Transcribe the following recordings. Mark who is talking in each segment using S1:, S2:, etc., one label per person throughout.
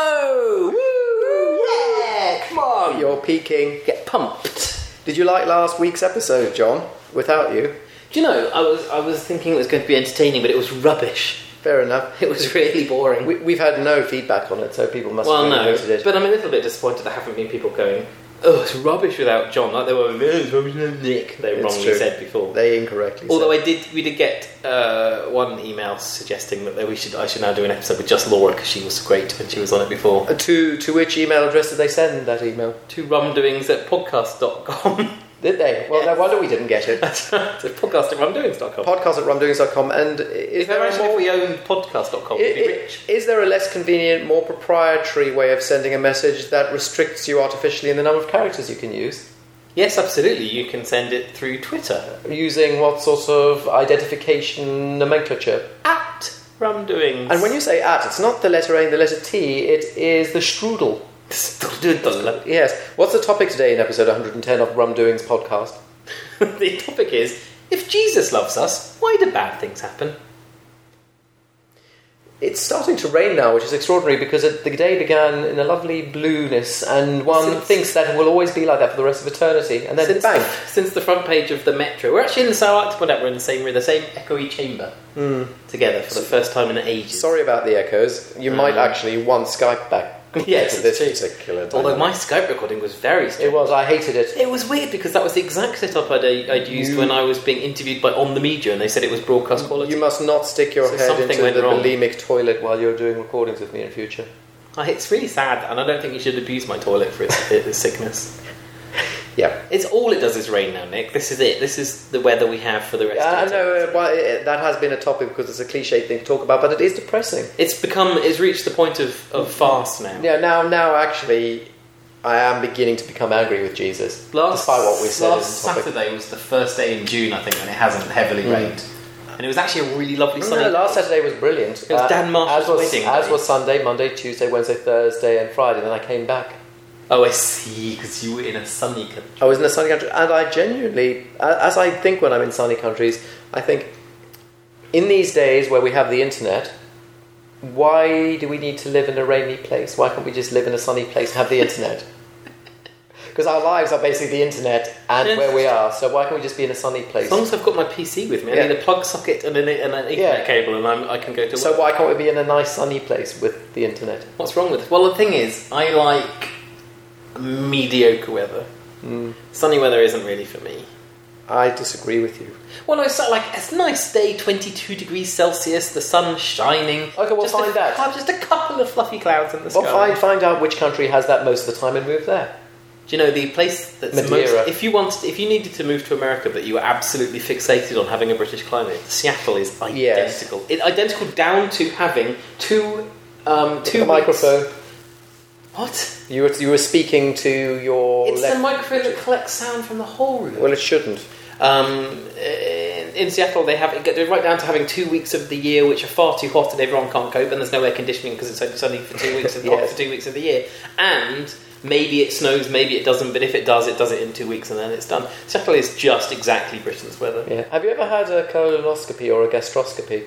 S1: go! Woo! Yeah! Come on!
S2: You're peaking.
S1: Get pumped.
S2: Did you like last week's episode, John? Without you?
S1: Do you know? I was I was thinking it was going to be entertaining, but it was rubbish.
S2: Fair enough.
S1: It was really boring.
S2: We, we've had no feedback on it, so people must
S1: well,
S2: have really
S1: no,
S2: hated it.
S1: but I'm a little bit disappointed there haven't been people going. Oh, it's rubbish without John. Like they were. "Oh, It's rubbish without Nick. They
S2: It's
S1: wrongly
S2: true.
S1: said before.
S2: they incorrectly
S1: Although
S2: said.
S1: I did, we did get uh, one email suggesting that we should, I should now do an episode with just Laura because she was great when she was on it before.
S2: Uh, to, to which email address did they send that email?
S1: To rumdoings at podcast.com.
S2: Did they? Well,
S1: Yes.
S2: no wonder we didn't get it.
S1: That's right, to podcast at rumdoings.com.
S2: Podcast at rumdoings.com. And is
S1: If
S2: there, a
S1: imagine if
S2: more,
S1: we owned podcast.com,
S2: i-
S1: we'd be
S2: i-
S1: rich.
S2: is there a less convenient, more proprietary way of sending a message that restricts you artificially in the number of characters you can use?
S1: Yes, absolutely. You can send it through Twitter
S2: Using what sort of identification nomenclature?
S1: at rumdoings.
S2: And when you say at, it's not the letter A and the letter T, it is the strudel.
S1: the
S2: Yes. What's the topic today in episode 110 of Rum Doings podcast?
S1: topic is if Jesus loves us, why do bad things happen?
S2: It's starting to rain now, which is extraordinary because it, the day began in a lovely blueness, and one
S1: Since-
S2: thinks that it will always be like that for the rest of eternity. And then
S1: since,
S2: bang!
S1: since the front page of the Metro. We're actually in the South Arctic, whatever, in the same room, the same echoey chamber together for the first time in ages.
S2: Hmm. Sorry about the echoes. You might
S1: Mm.
S2: actually want Skype back.
S1: Yes,
S2: to this
S1: it's true.
S2: particular. Time.
S1: Although my Skype recording was very strange.
S2: it was. I hated it.
S1: It was weird because that was the exact setup I'd, I'd used
S2: You-
S1: when I was being interviewed by On the Media, and they said it was broadcast quality.
S2: You must not stick your
S1: So
S2: head
S1: something
S2: into
S1: went
S2: the
S1: wrong.
S2: bulimic toilet while you're doing recordings with me in future.
S1: I- Uh, it's really sad, and I don't think you should abuse my toilet for its, its sickness.
S2: Yeah.
S1: It's all it does is rain now, Nick. This is it. This is the weather we have for the rest.
S2: I
S1: of the time.
S2: know uh, why- uh, that has been a topic because it's a cliche thing to talk about, but it is depressing.
S1: It's become. It's reached the point of of farce now.
S2: Yeah, now, now, actually, I am beginning to become angry with Jesus,
S1: Last,
S2: despite what we said.
S1: last
S2: in the topic.
S1: Saturday was the first day in June, I think, when it hasn't heavily rained, and it was actually a really lovely
S2: No,
S1: sunny.
S2: no, last Saturday was brilliant. Uh,
S1: It was Dan Marshall's
S2: as was,
S1: wedding
S2: As
S1: day.
S2: was Sunday, Monday, Tuesday, Wednesday, Thursday, and Friday. Then I came back.
S1: Oh, I see, because you were in a sunny country.
S2: I was in a sunny country, and I genuinely, a- as I think when I'm in sunny countries, I think in these days where we have the internet, why do we need to live in a rainy place? Why can't we just live in a sunny place and have the internet? Because our lives are basically the internet and
S1: Yes.
S2: where we are, so why can't we just be in a sunny place?
S1: As long as I've got my PC with me, I
S2: Yeah.
S1: need a plug socket and an, and an Ethernet
S2: Yeah.
S1: cable, and I'm, I can go to.
S2: So
S1: work.
S2: why can't we be in a nice sunny place with the internet?
S1: What's wrong with it? Well, the thing is, I like mediocre weather.
S2: Hmm.
S1: Sunny weather isn't really for me.
S2: I disagree with you.
S1: Well, no, it's not like it's a nice day, twenty-two degrees Celsius, the sun shining.
S2: Okay, we'll
S1: just a,
S2: find out.
S1: cou- Just a couple of fluffy clouds in the
S2: Well,
S1: sky.
S2: find find out which country has that most of the time and move there.
S1: Do you know the place that's
S2: Madeira.
S1: most? If you wanted, if you needed to move to America, but you were absolutely fixated on having a British climate, Seattle is identical. It, identical down to having two, um, two
S2: the
S1: weeks-
S2: microphone.
S1: What?
S2: You were you were speaking to your
S1: it's
S2: left.
S1: the microphone that collects sound from the whole room.
S2: well, it shouldn't.
S1: Um, in, in Seattle, they have it get right down to having two weeks of the year which are far too hot and everyone can't cope, and there's no air conditioning because it's only sunny for two weeks of the hot
S2: Yes.
S1: for two weeks of the year. And maybe it snows, maybe it doesn't, but if it does, it does it in two weeks and then it's done. Seattle is just exactly Britain's weather.
S2: Yeah. Have you ever had a colonoscopy or a gastroscopy?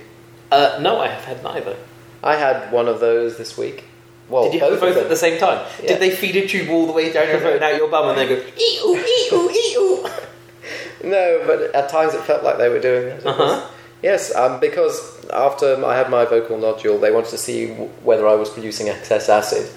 S1: Uh, no, I have had neither.
S2: I had one of those this week. Well,
S1: Did you have both,
S2: Oh, of them.
S1: at the same time?
S2: Yeah.
S1: Did they feed a tube all the way down your throat and out your bum and then go ee oo ee oo ee oo?
S2: No, but at times it felt like they were doing that.
S1: Uh-huh.
S2: Yes, um, because after I had my vocal nodule, they wanted to see w- whether I was producing excess acid.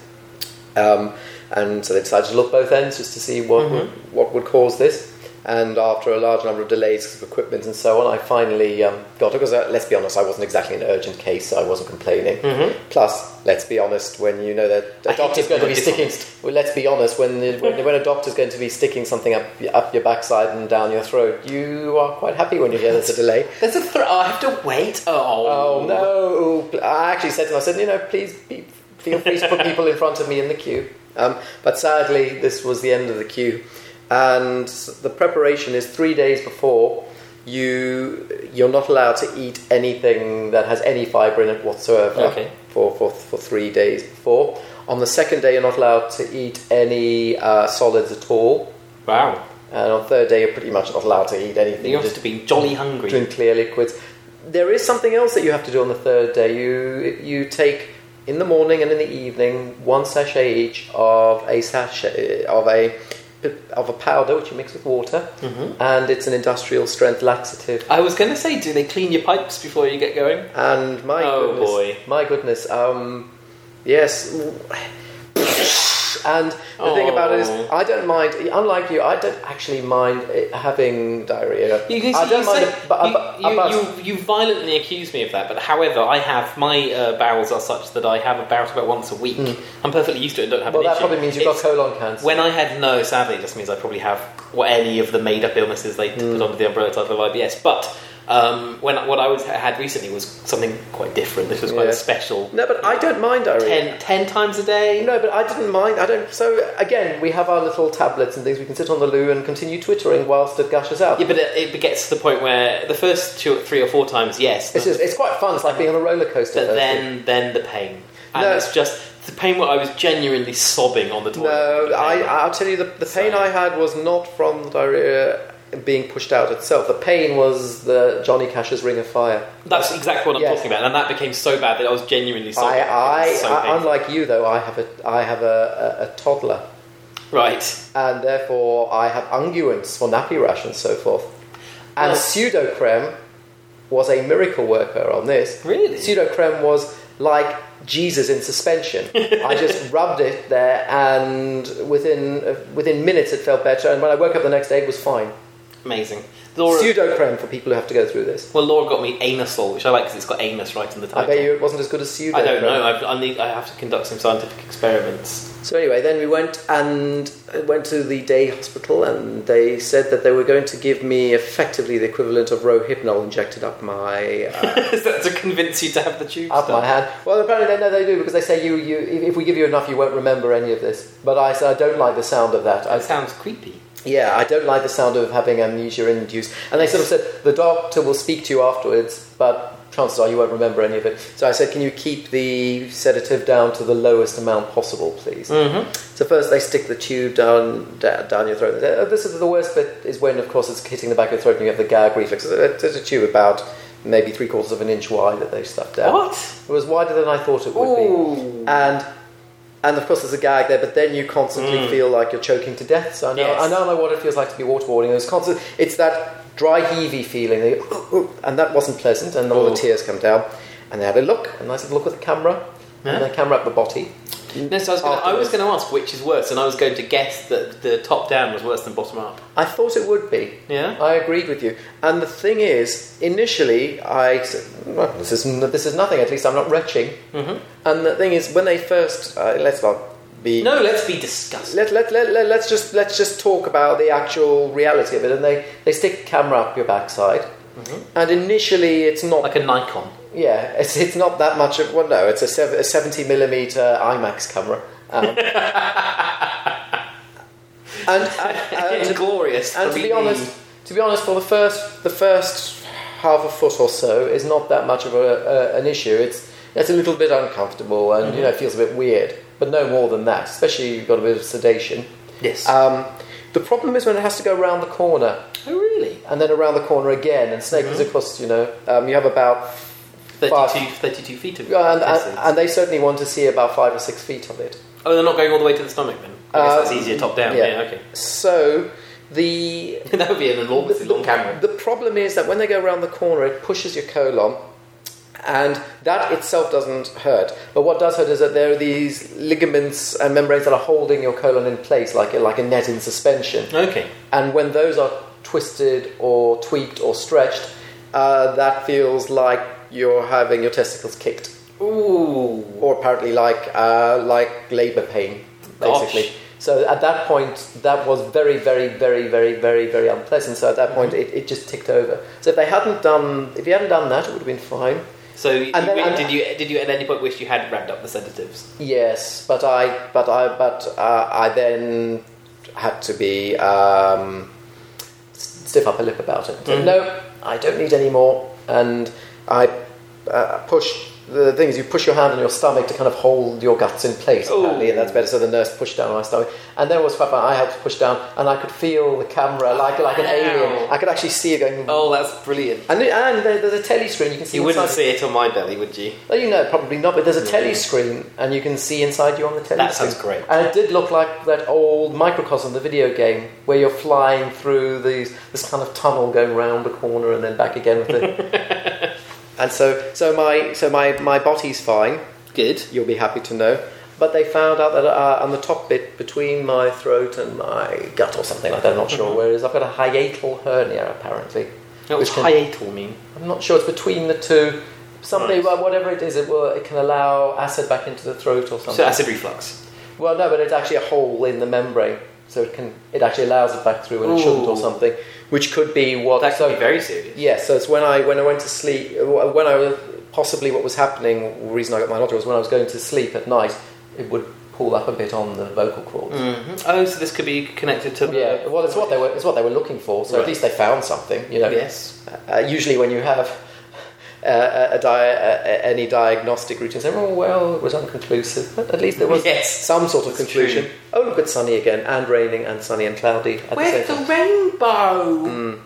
S2: Um, and so they decided to look both ends just to see what, would, what would cause this. And after a large number of delays 'cause of equipment and so on, I finally um, got it. Because uh, let's be honest, I wasn't exactly an urgent case, so I wasn't complaining.
S1: Mm.
S2: Plus, let's be honest, when you know that
S1: I
S2: a
S1: hate
S2: doctor's
S1: it
S2: going to
S1: when
S2: be
S1: you're
S2: sticking.
S1: dishonest.
S2: Well, let's be honest. When the, when, when a doctor's going to be sticking something up up your backside and down your throat, you are quite happy when you hear there's a delay.
S1: There's a throat. Oh, I have to wait. Oh,
S2: Oh no! I actually said to him, I said, you know, please be, feel free to put people in front of me in the queue. Um, but sadly, this was the end of the queue, and the preparation is three days before. You you're not allowed to eat anything that has any fibre in it whatsoever
S1: Okay.
S2: for, for for three days before. On the second day, you're not allowed to eat any uh, solids at all,
S1: Wow.
S2: and on the third day, you're pretty much not allowed to eat anything.
S1: You
S2: Just-
S1: have to be jolly hungry.
S2: drink clear liquids. There is something else that you have to do on the third day. You you take in the morning and in the evening one sachet each of a sachet of a of a powder which you mix with water,
S1: Mhm.
S2: and it's an industrial strength laxative.
S1: I was going to say, do they clean your pipes before you get going?
S2: And my
S1: Oh,
S2: goodness,
S1: boy.
S2: my goodness, um, yes. And the thing about it is,
S1: Oh.
S2: I don't mind. Unlike you, I don't actually mind it having diarrhea.
S1: You, you,
S2: I don't
S1: you,
S2: mind.
S1: say-
S2: it, but,
S1: you-
S2: but-
S1: you-
S2: but-
S1: you- you violently accuse me of that, but however, I have my uh, bowels are such that I have a bout about once a week. I'm perfectly used to it and don't have
S2: Hmm. well,
S1: an
S2: that
S1: issue.
S2: probably means you've got
S1: It's-
S2: colon cancer.
S1: When I had no, sadly, it just means I probably have what any of the made-up illnesses they put
S2: Hmm.
S1: under the umbrella title of IBS. But um, when what I was had recently was something quite different. This was quite
S2: Yeah.
S1: a special.
S2: no, but I don't mind diarrhea.
S1: Ten, ten times a day.
S2: No, but I didn't mind. I don't. So again, we have our little tablets and things. We can sit on the loo and continue twittering whilst it gushes out.
S1: Yeah, but it, it gets to the point where the first two, three or four times, yes,
S2: It's just, it's quite fun. It's like being on a roller coaster.
S1: but
S2: first.
S1: then then the pain, and
S2: No.
S1: it's just the pain where I was genuinely sobbing on the toilet.
S2: no, I, I'll tell you the, the pain
S1: So-
S2: I had was not from the diarrhea being pushed out itself. The pain was the Johnny Cash's Ring of Fire.
S1: That's exactly what I'm
S2: Yes.
S1: talking about, and that became so bad that I was genuinely sobbing.
S2: I, I,
S1: It was so
S2: I
S1: painful.
S2: unlike you though, I have a I have a, a, a toddler,
S1: right.
S2: and therefore I have unguents for nappy rash and so forth. And
S1: Well-
S2: pseudocreme was a miracle worker on this.
S1: Really?
S2: Pseudocreme was like Jesus in suspension. I just rubbed it there, and within uh, within minutes it felt better. And when I woke up the next day, it was fine.
S1: Amazing. Laura,
S2: Pseudocreme for people who have to go through this.
S1: well, Laura got me anusol, which I like because it's got anus right in the
S2: I
S1: title.
S2: bet you it wasn't as good as pseudocreme.
S1: I don't know. I've, I need. I have to conduct some scientific experiments.
S2: So anyway, then we went and uh, went to the day hospital, and they said that they were going to give me effectively the equivalent of Rohypnol injected up my uh,
S1: Is that to convince you to have the tube
S2: up
S1: stuff?
S2: my hand. Well, apparently they know they do because they say you, you if, if we give you enough, you won't remember any of this. But I said I don't like the sound of that. I,
S1: That sounds creepy.
S2: yeah, I don't like the sound of having amnesia induced. And they sort of said the doctor will speak to you afterwards, but chances are you won't remember any of it. So I said, can you keep the sedative down to the lowest amount possible, please?
S1: Mm-hmm.
S2: So first they stick the tube down da- down your throat. Uh, This is the worst bit is when, of course, it's hitting the back of the throat and you have the gag reflex. Uh, There's a tube about maybe three quarters of an inch wide that they stuck down.
S1: What?
S2: It was wider than I thought it would
S1: Ooh.
S2: be, and and of course there's a gag there. But then you constantly feel like you're choking to death. So I know,
S1: Mm. Yes.
S2: I now know what it feels like to be waterboarding. There's constant. It's that dry heavy feeling, that you- "Ooh, ooh," and that wasn't pleasant. And all
S1: Ooh.
S2: the tears come down. And they had a look, a nice little look at the camera,
S1: Yeah.
S2: and the camera at the body.
S1: No, so I was, gonna, I was going to ask which is worse, and I was going to guess that the top down was worse than bottom up.
S2: I thought it would be.
S1: Yeah.
S2: I agreed with you. And the thing is, initially, I said, well, this is, this is nothing, at least I'm not retching.
S1: Mhm.
S2: And the thing is, when they first, uh, let's not be.
S1: No, let's be disgusting.
S2: Let, let, let, let, us just, let's just talk about the actual reality of it. And they, they stick camera up your backside. And initially, it's not
S1: Like a Nikon.
S2: Uh, yeah, it's, it's not that much of well, no, it's a, sev- a seventy millimeter IMAX camera, um, and, and, and
S1: glorious.
S2: and to be honest, to be honest, for the first the first half a foot or so is not that much of a, a, an issue. It's it's a little bit uncomfortable and you know it feels a bit weird, but no more than that. Especially if you've got a bit of sedation.
S1: yes.
S2: Um, the problem is when it has to go around the corner
S1: oh, really?
S2: and then around the corner again, and snake is across. You know, um, you have about
S1: 32, 32 feet of
S2: yeah, and,
S1: acid.
S2: and, and they certainly want to see about five or six feet of it.
S1: Oh, they're not going all the way to the stomach then. I guess
S2: Uh,
S1: that's easier top down. Yeah,
S2: yeah.
S1: okay.
S2: So the
S1: that would be an enormously long camera.
S2: The problem is that when they go around the corner, it pushes your colon, and that itself doesn't hurt. But what does hurt is that there are these ligaments and membranes that are holding your colon in place, like a, like a net in suspension.
S1: Okay.
S2: And when those are twisted or tweaked or stretched, uh, that feels like you're having your testicles kicked,
S1: Ooh.
S2: or apparently like uh, like labour pain, basically.
S1: Gosh.
S2: So at that point, that was very, very, very, very, very, very unpleasant. So at that point, it, it just ticked over. So if they hadn't done, if you hadn't done that, it would have been fine.
S1: So you,
S2: then- and-
S1: did you did you at any point wish you had wrapped up the sedatives?
S2: Yes, but I, but I, but uh, I then had to be um, s- stiff up a
S1: Mm-hmm.
S2: lip about it. So,
S1: Mhm.
S2: No, I don't need any more, and I uh, pushed the thing is, you push your hand on your stomach to kind of hold your guts in place,
S1: Oh.
S2: apparently, and that's better. So the nurse pushed down on my stomach, and there was Papa. I helped push down, and I could feel the camera like like an
S1: Wow.
S2: alien. I could actually see it going.
S1: Oh, that's brilliant.
S2: And, and there- there's a telly screen you can see.
S1: You wouldn't
S2: inside.
S1: see it on my belly, would you?
S2: Well, you know, probably not, but there's a
S1: Yeah.
S2: telly screen and you can see inside you on the telly
S1: That
S2: screen.
S1: sounds great.
S2: And it did look like that old microcosm, the video game, where you're flying through these, this kind of tunnel going round a corner and then back again with it. and so, so, my, so my, my body's fine,
S1: Good.
S2: you'll be happy to know. But they found out that uh, on the top bit between my throat and my gut or something like that, I'm not sure where it is, I've got a hiatal hernia apparently.
S1: What does
S2: Which can-
S1: hiatal mean?
S2: I'm not sure. It's between the two. Somebody,
S1: Right.
S2: well, whatever it is, it will it can allow acid back into the throat or something.
S1: So acid reflux.
S2: well, no, but it's actually a hole in the membrane, so it can it actually allows it back through when it shouldn't or
S1: Ooh.
S2: something, which could be what.
S1: That could
S2: so,
S1: be very serious.
S2: yeah, so it's when I when I went to sleep, when I was- possibly what was happening. The reason I got my nodule was when I was going to sleep at night, it would pull up a bit on the vocal cords.
S1: hmm Oh, so this could be connected to.
S2: Yeah, well, it's what they were it's what they were looking for. So
S1: Right.
S2: at least they found something, you know.
S1: Yes.
S2: Uh, usually, when you have uh, a, a di- a, any diagnostic routine, say, "Oh well, it was inconclusive," but at least there was
S1: Yes.
S2: some sort of
S1: It's
S2: conclusion.
S1: true.
S2: Oh, look, it's sunny again, and raining, and sunny and cloudy at the same
S1: Where's the
S2: time.
S1: rainbow?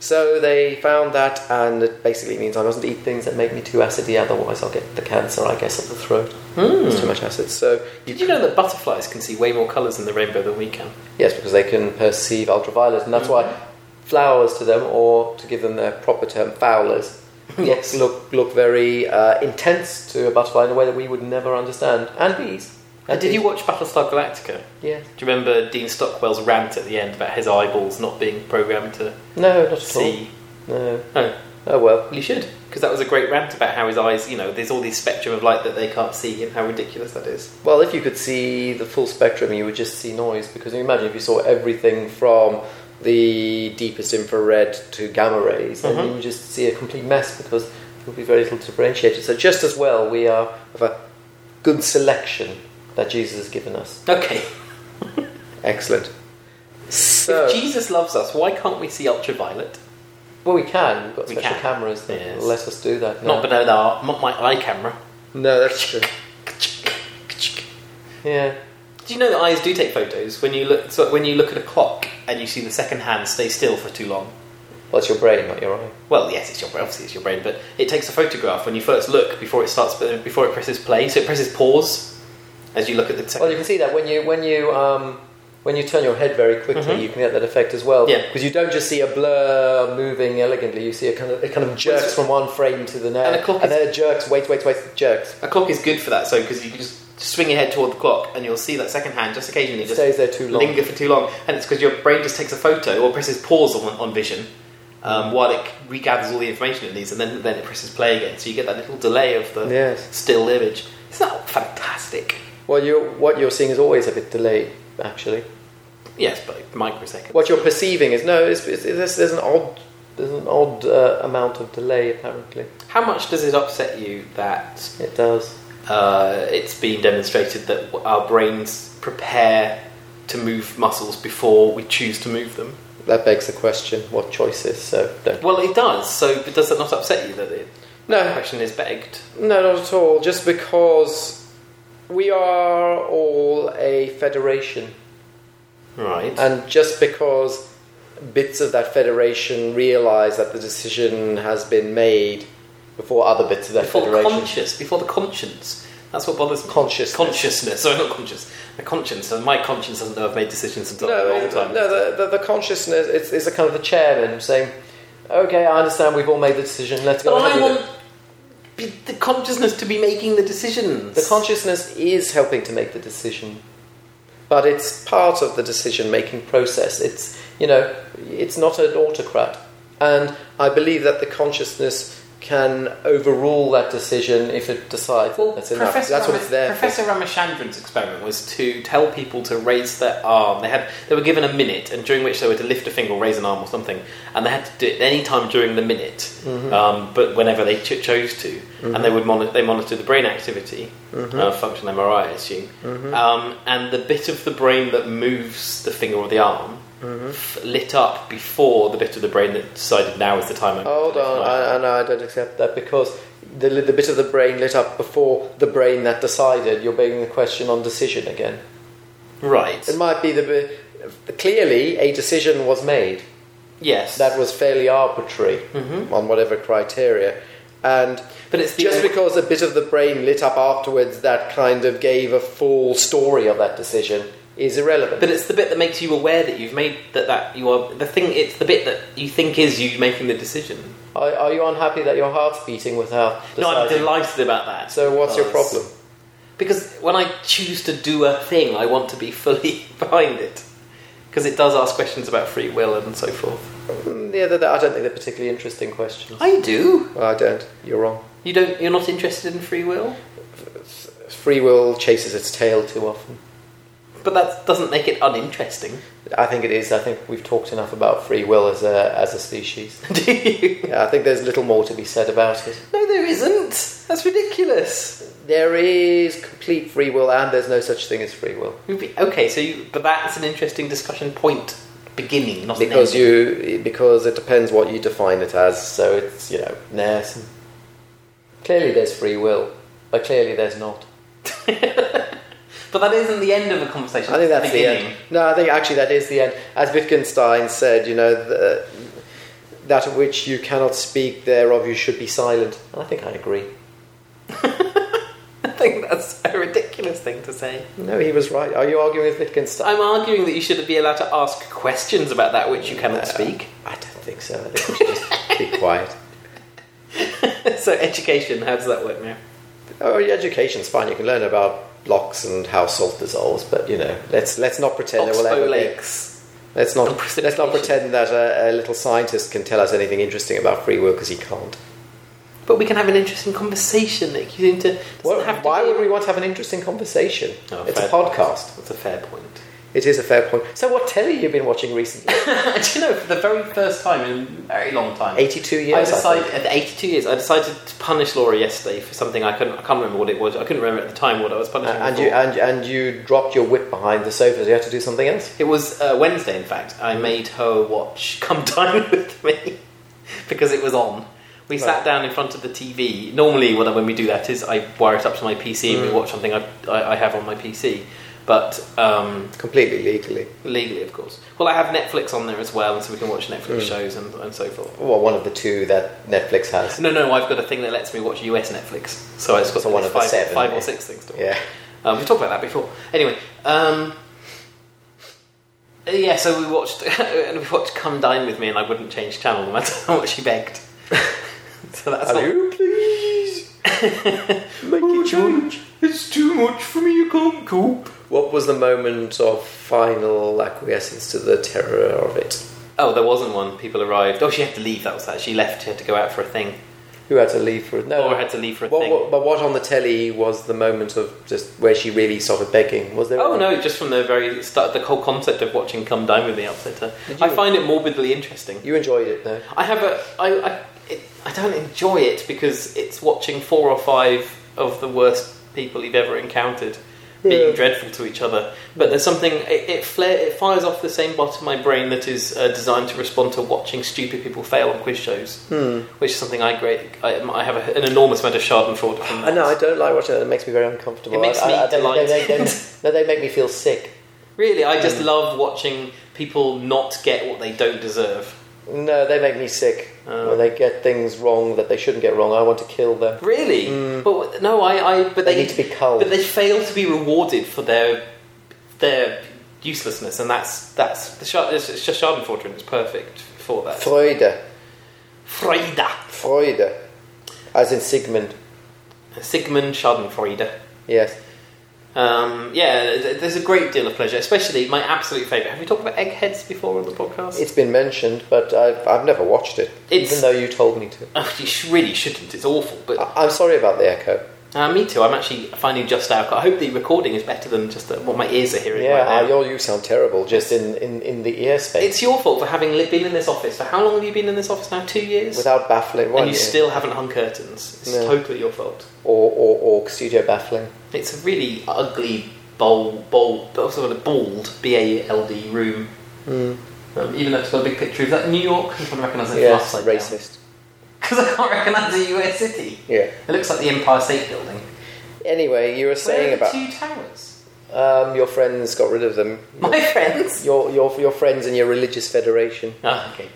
S2: So they found that, and it basically means I mustn't eat things that make me too acidy, otherwise I'll get the cancer, I guess, of the throat. It's too
S1: Hmm.
S2: much acid. So
S1: Mm-hmm. Did you know that butterflies can see way more colours in the rainbow than we can?
S2: Yes, because they can perceive ultraviolet, and that's why flowers to them, or to give them their proper term, fowlers,
S1: Yes.
S2: look look very uh, intense to a butterfly in a way that we would never understand. And bees.
S1: And did
S2: bees.
S1: you watch Battlestar Galactica?
S2: Yeah.
S1: Do you remember Dean Stockwell's rant at the end about his eyeballs not being programmed to
S2: No, not at
S1: see?
S2: all. No.
S1: No,
S2: Oh well.
S1: you should, because that was a great rant about how his eyes, you know, there's all this spectrum of light that they can't see and how ridiculous that is.
S2: Well, if you could see the full spectrum, you would just see noise. Because you imagine if you saw everything from the deepest infrared to gamma rays, then
S1: Mhm.
S2: you would just see a complete mess because there would be very little differentiated. So just as well, we are of a good selection that Jesus has given us.
S1: Okay,
S2: Excellent. So,
S1: if Jesus loves us, why can't we see ultraviolet?
S2: well, we can. We've got
S1: We
S2: special
S1: can.
S2: cameras that
S1: Yes.
S2: let us do that.
S1: Not banana, art, not my eye camera.
S2: no, that's true.
S1: Do
S2: Yeah.
S1: you know that eyes do take photos? When you look, so when you look at a clock and you see the second hand stay still for too long,
S2: Well, it's your brain, not your eye.
S1: Well, yes, it's your brain. Obviously, it's your brain, but it takes a photograph when you first look before it starts uh, before it presses play. So it presses pause as you look at the
S2: Well,
S1: second.
S2: you can see that when you when you um, when you turn your head very quickly,
S1: Mhm.
S2: you can get that effect as well.
S1: Yeah.
S2: because you don't just see a blur moving elegantly; you see a kind of it kind of jerks from one frame to the
S1: And
S2: next,
S1: a clock is-
S2: then it jerks, waits, waits, waits, jerks,
S1: A clock is good for that, so because you can just swing your head toward the clock and you'll see that second hand just occasionally
S2: it
S1: just
S2: stays there too long.
S1: linger for too long, and it's because your brain just takes a photo or presses pause on, on vision um, while it regathers all the information it needs, and then then it presses play again. So you get that little delay of the
S2: Yes.
S1: still image. It's not fantastic.
S2: Well, you what you're seeing is always a bit delayed, actually.
S1: Yes, but microseconds.
S2: What you're perceiving is no, it's, it's, there's, there's an odd there's an odd uh, amount of delay. Apparently,
S1: How much does it upset you that
S2: it does.
S1: uh, it's been demonstrated that our brains prepare to move muscles before we choose to move them.
S2: That begs the question: what choices? So don't.
S1: Well, it does. So, but does that not upset you that the
S2: No,
S1: question is begged?
S2: No, not at all. Just because we are all a federation,
S1: Right.
S2: and just because bits of that federation realise that the decision has been made before other bits of that
S1: before the
S2: federation.
S1: conscious, before the conscience. That's what bothers me.
S2: Consciousness.
S1: Consciousness. Sorry, not conscious. The conscience. And my conscience doesn't know I've made decisions until
S2: no,
S1: a long
S2: it-
S1: time.
S2: no, the, the, the consciousness is, is a kind of the chairman saying, "Okay, I understand. We've all made the decision. Let's
S1: but
S2: go." ahead
S1: I
S2: with it."
S1: want be- the consciousness to be making the decisions.
S2: The consciousness is helping to make the decision, but it's part of the decision-making process. It's you know, it's not an autocrat, and I believe that the consciousness can overrule that decision if it decides that
S1: Well,
S2: that's enough.
S1: Professor,
S2: that's what
S1: Rama-
S2: it's there
S1: Professor Ramachandran's experiment was to tell people to raise their arm. They had they were given a minute, and during which they were to lift a finger, or raise an arm, or something, and they had to do it any time during the minute,
S2: Mm-hmm.
S1: um, but whenever they ch- chose to, and they would monitor they monitor the brain activity,
S2: Mm-hmm.
S1: uh, function MRI, I assume, um, and the bit of the brain that moves the finger or the arm.
S2: Mm-hmm.
S1: f- Lit up before the bit of the brain that decided now is the time. I'm
S2: for. Hold
S1: going to lift
S2: on,
S1: my arm.
S2: I, I, no, I don't accept that because the, the bit of the brain lit up before the brain that decided, you're begging the question on decision again.
S1: Right.
S2: It might be the bi- clearly a decision was made
S1: Yes.
S2: that was fairly arbitrary on whatever criteria, and
S1: But it's the
S2: just
S1: only-
S2: because a bit of the brain lit up afterwards that kind of gave a full story of that decision is irrelevant.
S1: But it's the bit that makes you aware that you've made that that you are the thing. It's the bit that you think is you making the decision.
S2: Are, are you unhappy that your heart's beating without?
S1: No, I'm
S2: deciding?
S1: delighted about that.
S2: So what's your
S1: because-
S2: problem?
S1: Because when I choose to do a thing, I want to be fully behind it. Because it does ask questions about free will and so forth.
S2: Mm, Yeah, they're- they're- I don't think they're particularly interesting questions.
S1: I do.
S2: Well, I don't. You're wrong.
S1: You don't. You're not interested in free will,
S2: Free will chases its tail too often.
S1: but that doesn't make it uninteresting,
S2: I think it is. I think we've talked enough about free will as a as a species.
S1: do you?
S2: Yeah, I think there's little more to be said about it.
S1: No, there isn't. That's ridiculous.
S2: There is complete free will, and there's no such thing as free will
S1: We'd be- Okay, so you, but that's an interesting discussion point. Beginning, not an
S2: because
S1: ending.
S2: you because it depends what you define it as. So it's you know, there's clearly there's free will, but clearly there's not.
S1: But that isn't the end of a conversation.
S2: I think that's the
S1: beginning.
S2: end. No, I think actually that is the end. As Wittgenstein said, you know, the, that of which you cannot speak, thereof you should be silent. And I think I agree.
S1: I think that's a ridiculous thing to say.
S2: No, he was right. Are you arguing with Wittgenstein?
S1: I'm arguing that you should be allowed to ask questions about that which you cannot
S2: Uh,
S1: speak.
S2: I don't think so. I think we should just be quiet.
S1: so education, how does that work now?
S2: Oh, yeah, education's fine. You can learn about blocks and how salt dissolves, but you know, let's let's not pretend that we'll
S1: Oxbow
S2: ever be-
S1: lakes.
S2: let's
S1: and
S2: not let's
S1: precipitation.
S2: not pretend that a, a little scientist can tell us anything interesting about free will because he can't.
S1: But we can have an interesting conversation, Nick. You seem to. doesn't
S2: Well,
S1: have to
S2: why
S1: be-
S2: would we want to have an interesting conversation?
S1: Oh,
S2: it's a
S1: fair point.
S2: podcast.
S1: That's a fair point.
S2: It is a fair point. So, what telly have you been watching recently?
S1: Do you know, for the very first time in a very long time,
S2: 82 years.
S1: I
S2: think.
S1: decided at 82 years, I decided to punish Laura yesterday for something I couldn't. I can't remember what it was. I couldn't remember at the time what I was punishing.
S2: And,
S1: her
S2: Uh, and
S1: for.
S2: you and and you dropped your whip behind the sofa. So you had to do something else.
S1: It was uh, Wednesday, in fact. I made her watch Come Dine With Me because it was on. We sat
S2: Right.
S1: down in front of the TV. Normally, what, when we do that is I wire it up to my PC and we
S2: Mm.
S1: watch something I, I, I have on my PC. But um,
S2: Completely legally.
S1: legally, of course. Well, I have Netflix on there as well, and so we can watch Netflix
S2: Mm.
S1: shows and, and so forth.
S2: Well, one of the two that Netflix has.
S1: No, no, I've got a thing that lets me watch US Netflix. So I just got
S2: So one of the
S1: five,
S2: seven,
S1: five
S2: yeah.
S1: or six things to watch.
S2: Yeah.
S1: Um, we talked about that before. Anyway, um, yeah. So we watched and we watched "Come Dine with Me," and I wouldn't change channel no matter how much she begged. so that's
S2: Are
S1: not,
S2: you please? Make
S1: Oh,
S2: it change.
S1: it's too much for me. You can't cope.
S2: What was the moment of final acquiescence to the terror of it?
S1: Oh, there wasn't one. People arrived. Oh, she had to leave. That was that. She left. She had to go out for a thing.
S2: Who Oh, had to leave for it? No.
S1: Laura had to leave for a
S2: What,
S1: thing.
S2: what, but what on the telly was the moment of just where she really started begging? Was there?
S1: Oh
S2: any-
S1: no! Just from the very start, the whole concept of watching "Come Dine with Me" upset her.
S2: Did you-
S1: I find it morbidly interesting.
S2: You enjoyed it though.
S1: I have a. I, I, it, I don't enjoy it because it's watching four or five of the worst people you've ever encountered being
S2: Yeah.
S1: dreadful to each other. But there's something. It, it, flare, it fires off the same part of my brain that is uh, designed to respond to watching stupid people fail on quiz shows,
S2: Hmm.
S1: which is something I great. I, I have a, an enormous amount of schadenfreude from
S2: I
S1: that.
S2: know I don't like watching it. It makes me very uncomfortable.
S1: It makes
S2: I- I-
S1: me
S2: I- they- they- they-
S1: delighted.
S2: no, they make me feel sick.
S1: Really, I just
S2: Mm.
S1: love watching people not get what they don't deserve.
S2: No, they make me sick
S1: Oh.
S2: when they get things wrong that they shouldn't get wrong. I want to kill them.
S1: Really? But no, I, I. But
S2: Mm. They need to be culled.
S1: But they fail to be rewarded for their their uselessness, and that's that's the Scha- it's, it's just Schadenfreude, and it's perfect for that.
S2: Freude,
S1: Freude,
S2: Freude, as in Sigmund.
S1: Sigmund Schadenfreude.
S2: Yes,
S1: Um, yeah, th- there's a great deal of pleasure, especially my absolute favourite. Have we talked about eggheads before on the podcast?
S2: it's been mentioned, but I've, I've never watched it,
S1: It's-
S2: even though you told me to.
S1: Oh, you sh- really shouldn't. It's awful. But
S2: I, I'm sorry about the echo.
S1: uh, me too. I'm actually finding just out. I hope the recording is better than just the, what my ears are hearing.
S2: Yeah,
S1: right now.
S2: ah, your you sound terrible just in, in, in the ear space
S1: It's your fault for having li- been in this office. For how long have you been in this office now? Two years?
S2: without baffling one
S1: and you
S2: ear.
S1: still haven't hung curtains. It's
S2: No.
S1: totally your fault.
S2: or, or or studio baffling.
S1: It's a really ugly, bold, bold, sort of bald, B A L D room. Mm. Um, even though it's got a big picture. Is that New York? I'm trying to recognise it from
S2: Yes,
S1: upside down.
S2: racist.
S1: because I can't recognise a US city.
S2: Yeah.
S1: It looks like the Empire State Building.
S2: Anyway, you were saying
S1: Where are
S2: about
S1: the two towers?
S2: um, your friends got rid of them.
S1: My friends.
S2: Your your your friends in your religious federation.
S1: Ah, okay.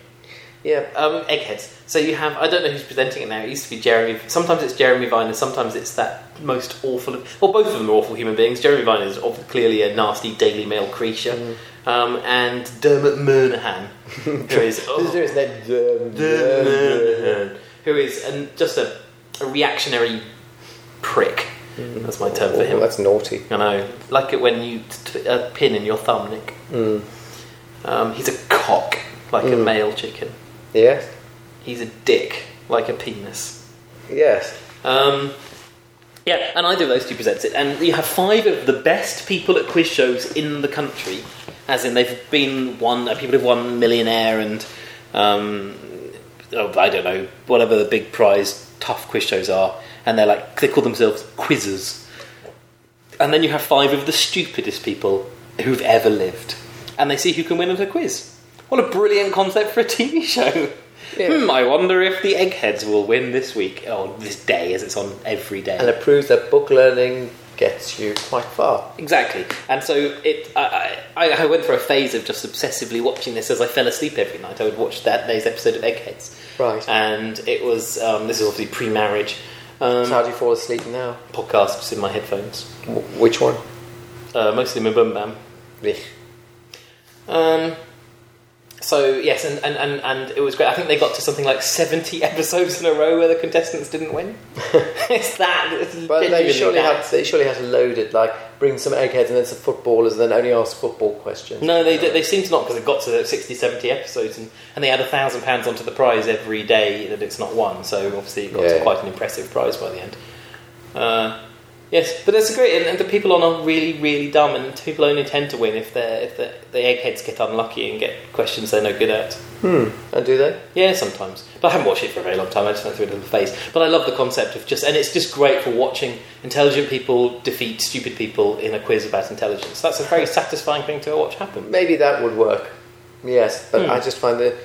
S2: Yeah.
S1: Um, eggheads. So you have I don't know who's presenting it now. It used to be Jeremy. Sometimes it's Jeremy Vine, and sometimes it's that most awful. Well, both of them are awful human beings. Jeremy Vine is ob- clearly a nasty Daily Mail creature, um, and Dermot Murnahan, who is
S2: Who's
S1: oh,
S2: doing his name?
S1: Dermot Murnahan, who is an, just a, a reactionary prick. That's my term for
S2: Oh,
S1: him.
S2: that's naughty.
S1: I know. Like it when you t- t- a pin in your thumb, Nick. Um, he's a cock, like a
S2: Mm.
S1: male chicken.
S2: Yes.
S1: He's a dick, like a penis.
S2: Yes.
S1: Um, yeah, and either of those two presents it. And you have five of the best people at quiz shows in the country, as in they've been one, uh, people have won Millionaire and, um, oh, I don't know, whatever the big prize tough quiz shows are. And they're like, they call themselves quizzers. And then you have five of the stupidest people who've ever lived. And they see who can win at a quiz. What a brilliant concept for a TV show!
S2: Yeah.
S1: Hmm, I wonder if the eggheads will win this week, or this day, as it's on every day.
S2: And it proves that book learning gets you quite far.
S1: Exactly, and so it. I, I, I went through a phase of just obsessively watching this as I fell asleep every night. I would watch that day's episode of Eggheads,
S2: Right.
S1: and it was. Um, this is obviously pre-marriage um,
S2: So how do you fall asleep now?
S1: podcasts in my headphones,
S2: Wh- Which one?
S1: uh, mostly Mabum Bam.
S2: Blech.
S1: Um, so yes, and, and, and, and it was great. I think they got to something like seventy episodes in a row where the contestants didn't win. it's that. It's
S2: But they
S1: genuinely
S2: surely
S1: that.
S2: had they surely had to load it like bring some eggheads and then some footballers and then only ask football questions.
S1: No, they, they seem to not because it got to the 60, 70 episodes and, and they add a thousand pounds onto the prize every day that it's not won. So obviously it got to
S2: Yeah.
S1: quite an impressive prize by the end. Uh, yes, but it's great, and, and the people on are really, really dumb, and people only tend to win if they're if the, the eggheads get unlucky and get questions they're no good at.
S2: Hmm. And do they?
S1: Yeah, sometimes. But I haven't watched it for a very long time. I just went through a little phase. But I love the concept of just, and it's just great for watching intelligent people defeat stupid people in a quiz about intelligence. That's a very satisfying thing to watch happen.
S2: Maybe that would work. Yes, but
S1: Hmm.
S2: I just find that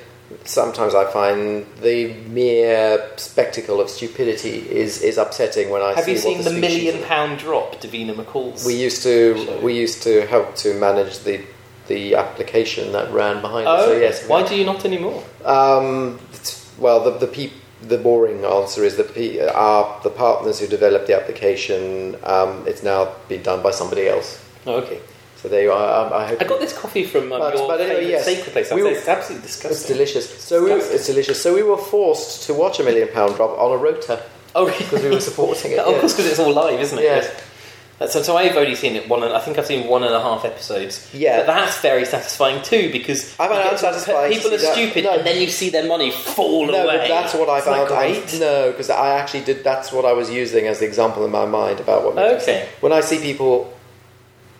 S2: sometimes I find the mere spectacle of stupidity is, is upsetting when I
S1: Have
S2: see
S1: you
S2: what
S1: seen the,
S2: species
S1: million
S2: is.
S1: pound drop Davina McCall's?
S2: We used to
S1: Sorry.
S2: we used to help to manage the the application that ran behind it.
S1: oh,
S2: So yes,
S1: Why do you not anymore?
S2: Um, it's- well, the the peop, the boring answer is the pe- are the partners who developed the application. Um, it's now been done by somebody else.
S1: Oh, okay.
S2: So there you are. Um, I hope
S1: I got this coffee from um,
S2: But-
S1: your
S2: but anyway,
S1: favourite
S2: yes.
S1: sacred place. We
S2: We were-
S1: it's absolutely
S2: it's
S1: disgusting.
S2: delicious. So we,
S1: Disgusting.
S2: it's delicious. So we were forced to watch a million pound drop on a rota
S1: oh, really?
S2: because we were supporting it.
S1: Oh, of
S2: yeah.
S1: course, because it's all live, isn't it?
S2: Yeah.
S1: That's- So, so I've only seen it one. and- I think I've seen one and a half episodes.
S2: Yeah.
S1: but that's very satisfying too because
S2: I find
S1: you get
S2: it
S1: to-
S2: unsatisfying to
S1: People are
S2: see that-
S1: stupid,
S2: no.
S1: and then you see their money fall
S2: No,
S1: away.
S2: but that's what I
S1: Isn't that
S2: found. I-
S1: great?
S2: no, because I actually did. That's what I was using as the example in my mind about what. made
S1: Okay.
S2: us- When I see people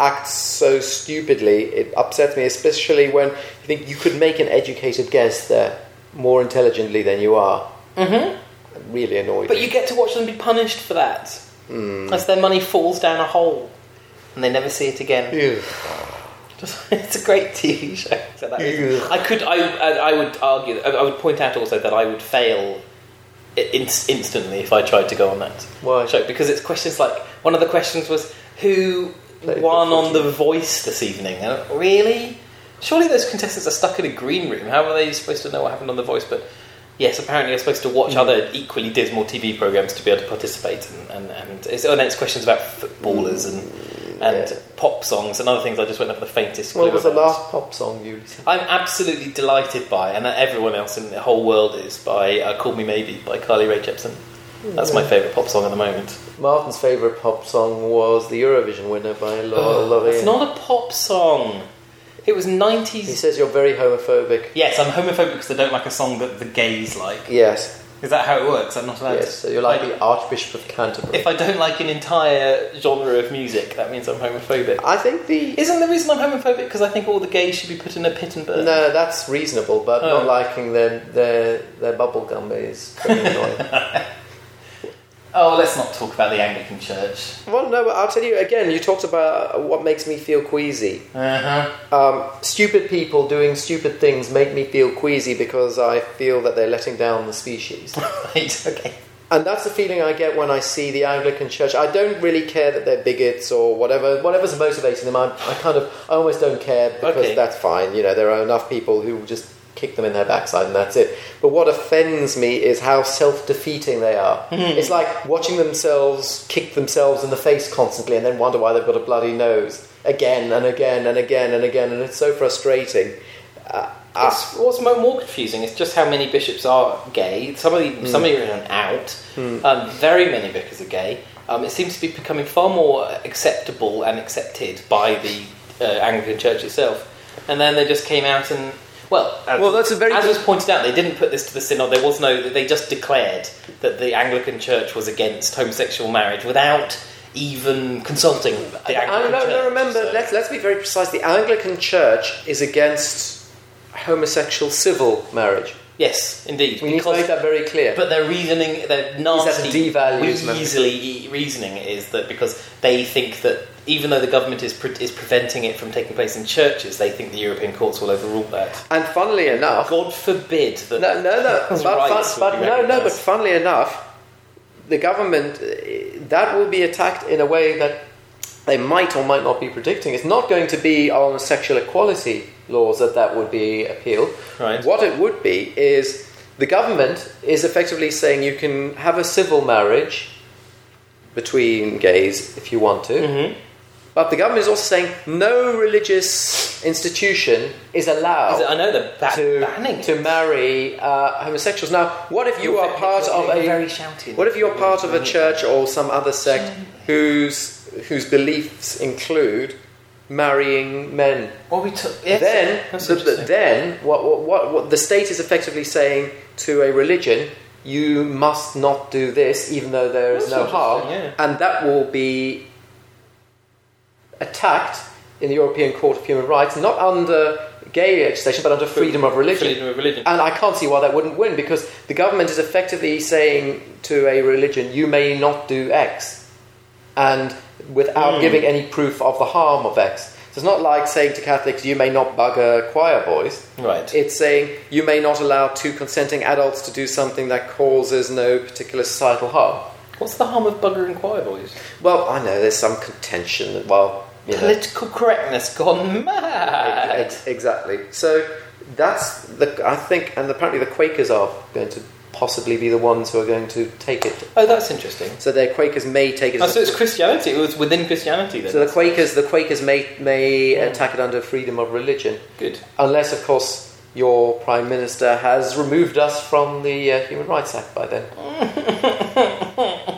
S2: act so stupidly, it upsets me, especially when you think you could make an educated guess there more intelligently than you are. Mm-hmm. Really annoyed.
S1: But
S2: me.
S1: you get to watch them be punished for that. As their money falls down a hole and they never see it again.
S2: Ew.
S1: it's a great TV show. So that is-
S2: Yeah.
S1: I could, I, I, I would argue, I I would point out also that I would fail i- in, instantly if I tried to go on that
S2: Why?
S1: show because it's questions like one of the questions was who
S2: Played
S1: won
S2: the
S1: on The Voice this evening? And I- really? Surely those contestants are stuck in a green room. How are they supposed to know what happened on The Voice? But yes, apparently you're supposed to watch
S2: Mm.
S1: other equally dismal TV programs to be able to participate. And, and, and it's, oh, no, it's questions about footballers and and
S2: Mm, Yeah.
S1: pop songs and other things. I just went over the faintest.
S2: What
S1: clue
S2: was the
S1: about.
S2: last pop song you listened?
S1: I'm absolutely delighted by, and everyone else in the whole world is by uh, "Call Me Maybe" by Carly Rae Jepsen.
S2: Mm,
S1: That's my favourite pop song at the moment.
S2: Martin's favourite pop song was the Eurovision winner by Laura Lovey.
S1: It's not a pop song. It was
S2: He
S1: 90s.
S2: says you're very homophobic.
S1: Yes, I'm homophobic because I don't like a song that the gays like.
S2: Yes,
S1: Is that how it works? I'm not allowed.
S2: yes. So you're like
S1: I-
S2: the Archbishop of Canterbury.
S1: if I don't like an entire genre of music, that means I'm homophobic.
S2: I think the
S1: Isn't the reason I'm homophobic because I think all the gays should be put in a pit and burn?
S2: No, that's reasonable, but
S1: Oh.
S2: not liking their their their bubble gum is very annoying.
S3: oh, let's not talk about the Anglican Church.
S2: Well, no, I'll tell you again. You talked about what makes me feel queasy.
S3: Uh
S1: Uh-huh.
S3: huh.
S2: Um, stupid people doing stupid things make me feel queasy because I feel that they're letting down the species.
S3: right, okay.
S2: And that's the feeling I get when I see the Anglican Church. I don't really care that they're bigots or whatever. Whatever's motivating them, I, I kind of, I almost don't care because
S1: Okay.
S2: that's fine. You know, there are enough people who will just kick them in their backside and that's it. But what offends me is how self-defeating they are. It's like watching themselves kick themselves in the face constantly and then wonder why they've got a bloody nose again and again and again and again, and it's so frustrating. Uh, uh,
S1: That's what's mo- more confusing is just how many bishops are gay. Some of the,
S2: Hmm.
S1: some are even out. Um, very many vicars are gay. Um, it seems to be becoming far more acceptable and accepted by the uh, Anglican Church itself. And then they just came out and well, as,
S2: Well, that's a very
S1: as
S2: good-
S1: was pointed out. They didn't put this to the synod. There was no. They just declared that the Anglican Church was against homosexual marriage without even consulting the
S2: I
S1: Anglican
S2: Oh, no,
S1: Church.
S2: no, remember,
S1: so-
S2: let's, let's be very precise. The Anglican Church is against homosexual civil marriage.
S1: yes, indeed.
S2: We need to
S1: because
S2: make that very clear.
S1: But their reasoning, their nasty,
S2: Is that devalues them?
S1: weaselly e- reasoning is that because they think that even though the government is pre- is preventing it from taking place in churches, they think the European courts will overrule that.
S2: and funnily enough,
S1: God forbid that.
S2: no, no, no, but,
S1: His
S2: but,
S1: rights
S2: but
S1: would be
S2: no, no, but
S1: recognised.
S2: funnily enough, the government uh, that will be attacked in a way that they might or might not be predicting. It's not going to be on sexual equality laws that that would be appealed.
S1: Right.
S2: What it would be is the government is effectively saying you can have a civil marriage between gays if you want to.
S1: Mhm.
S2: But the government is also saying no religious institution is allowed
S1: Is it- I know they're ba-
S2: to,
S1: banning
S2: to
S1: it.
S2: marry uh, homosexuals. Now, what if you are part of a
S1: very shouty.
S2: what if you're part of a church or some other sect whose whose beliefs include marrying men?
S1: Well, we took yes,
S2: then,
S1: that's
S2: the,
S1: interesting.
S2: then what, what, what, what the state is effectively saying to a religion, you must not do this, even though there is
S1: That's
S2: no harm,
S1: interesting,
S2: and that will be attacked in the European Court of Human Rights, not under gay legislation, but under freedom of religion.
S1: Freedom of religion.
S2: And I can't see why that wouldn't win because the government is effectively saying to a religion, you may not do X, and without giving any proof of the harm of X. So it's not like saying to Catholics, you may not bugger choir boys.
S1: right.
S2: It's saying you may not allow two consenting adults to do something that causes no particular societal harm.
S1: What's the harm of buggering choir boys?
S2: Well, I know there's some contention that, well, you know.
S1: Political correctness gone mad.
S2: Ex- Exactly. So that's the I think, and apparently the Quakers are going to possibly be the ones who are going to take it.
S1: Oh, that's interesting.
S2: So the Quakers may take it.
S1: Oh,
S2: as
S1: so
S2: a-
S1: it's Christianity. It was within Christianity then.
S2: so the Quakers, the Quakers may may attack it under freedom of religion,
S1: Good.
S2: unless, of course, your prime minister has removed us from the uh, Human Rights Act by then.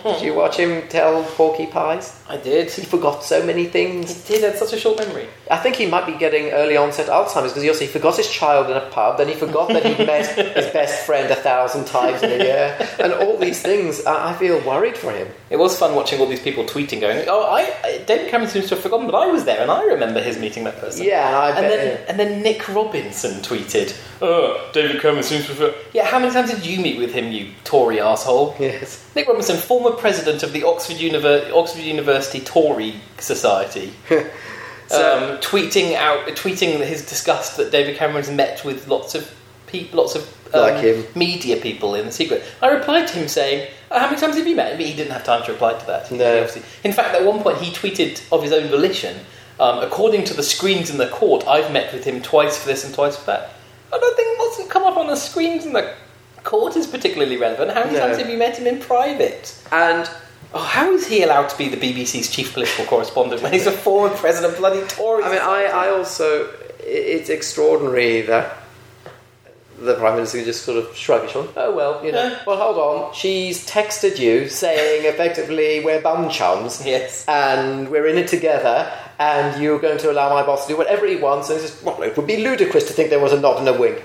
S2: Did you watch him tell Porky Pies?
S1: I did.
S2: He forgot so many things.
S1: He did. Had such a short memory.
S2: I think he might be getting early onset Alzheimer's because he also he forgot his child in a pub, then he forgot that he met his best friend a thousand times in a year, and all these things. I, I feel worried for him.
S1: It was fun watching all these people tweeting, going, "Oh, I, I David Cameron seems to have forgotten, but I was there and I remember his meeting that person."
S2: Yeah, and I
S1: And then,
S2: bet.
S1: and then Nick Robinson tweeted, "Oh, David Cameron seems to have." Yeah, how many times did you meet with him, you Tory asshole?
S2: Yes.
S1: Nick Robinson, former president of the Oxford, Univer- Oxford University Tory Society,
S2: So-
S1: um, tweeting out, tweeting his disgust that David Cameron's met with lots of pe- lots of um,
S2: Like him.
S1: media people in the secret. I replied to him saying, oh, "How many times have you met?" But he didn't have time to reply to that. He
S2: No.
S1: obviously- In fact, at one point, he tweeted of his own volition, um, "According to the screens in the court, I've met with him twice for this and twice for that." I don't think what's come up on the screens in the court is particularly relevant. How many
S2: No.
S1: times have you met him in private?
S2: And
S1: Oh, how is he allowed to be the BBC's chief political correspondent when he's a former president of bloody Tory?
S2: I mean, I, I also. i- It's extraordinary that the Prime Minister can just sort of shrug his shoulders. Oh, well, you know.
S1: Yeah.
S2: Well, hold on. She's texted you saying effectively we're bum chums.
S1: yes.
S2: and we're in it together, and you're going to allow my boss to do whatever he wants. And it's just, well, it would be ludicrous to think there was a nod and a wink.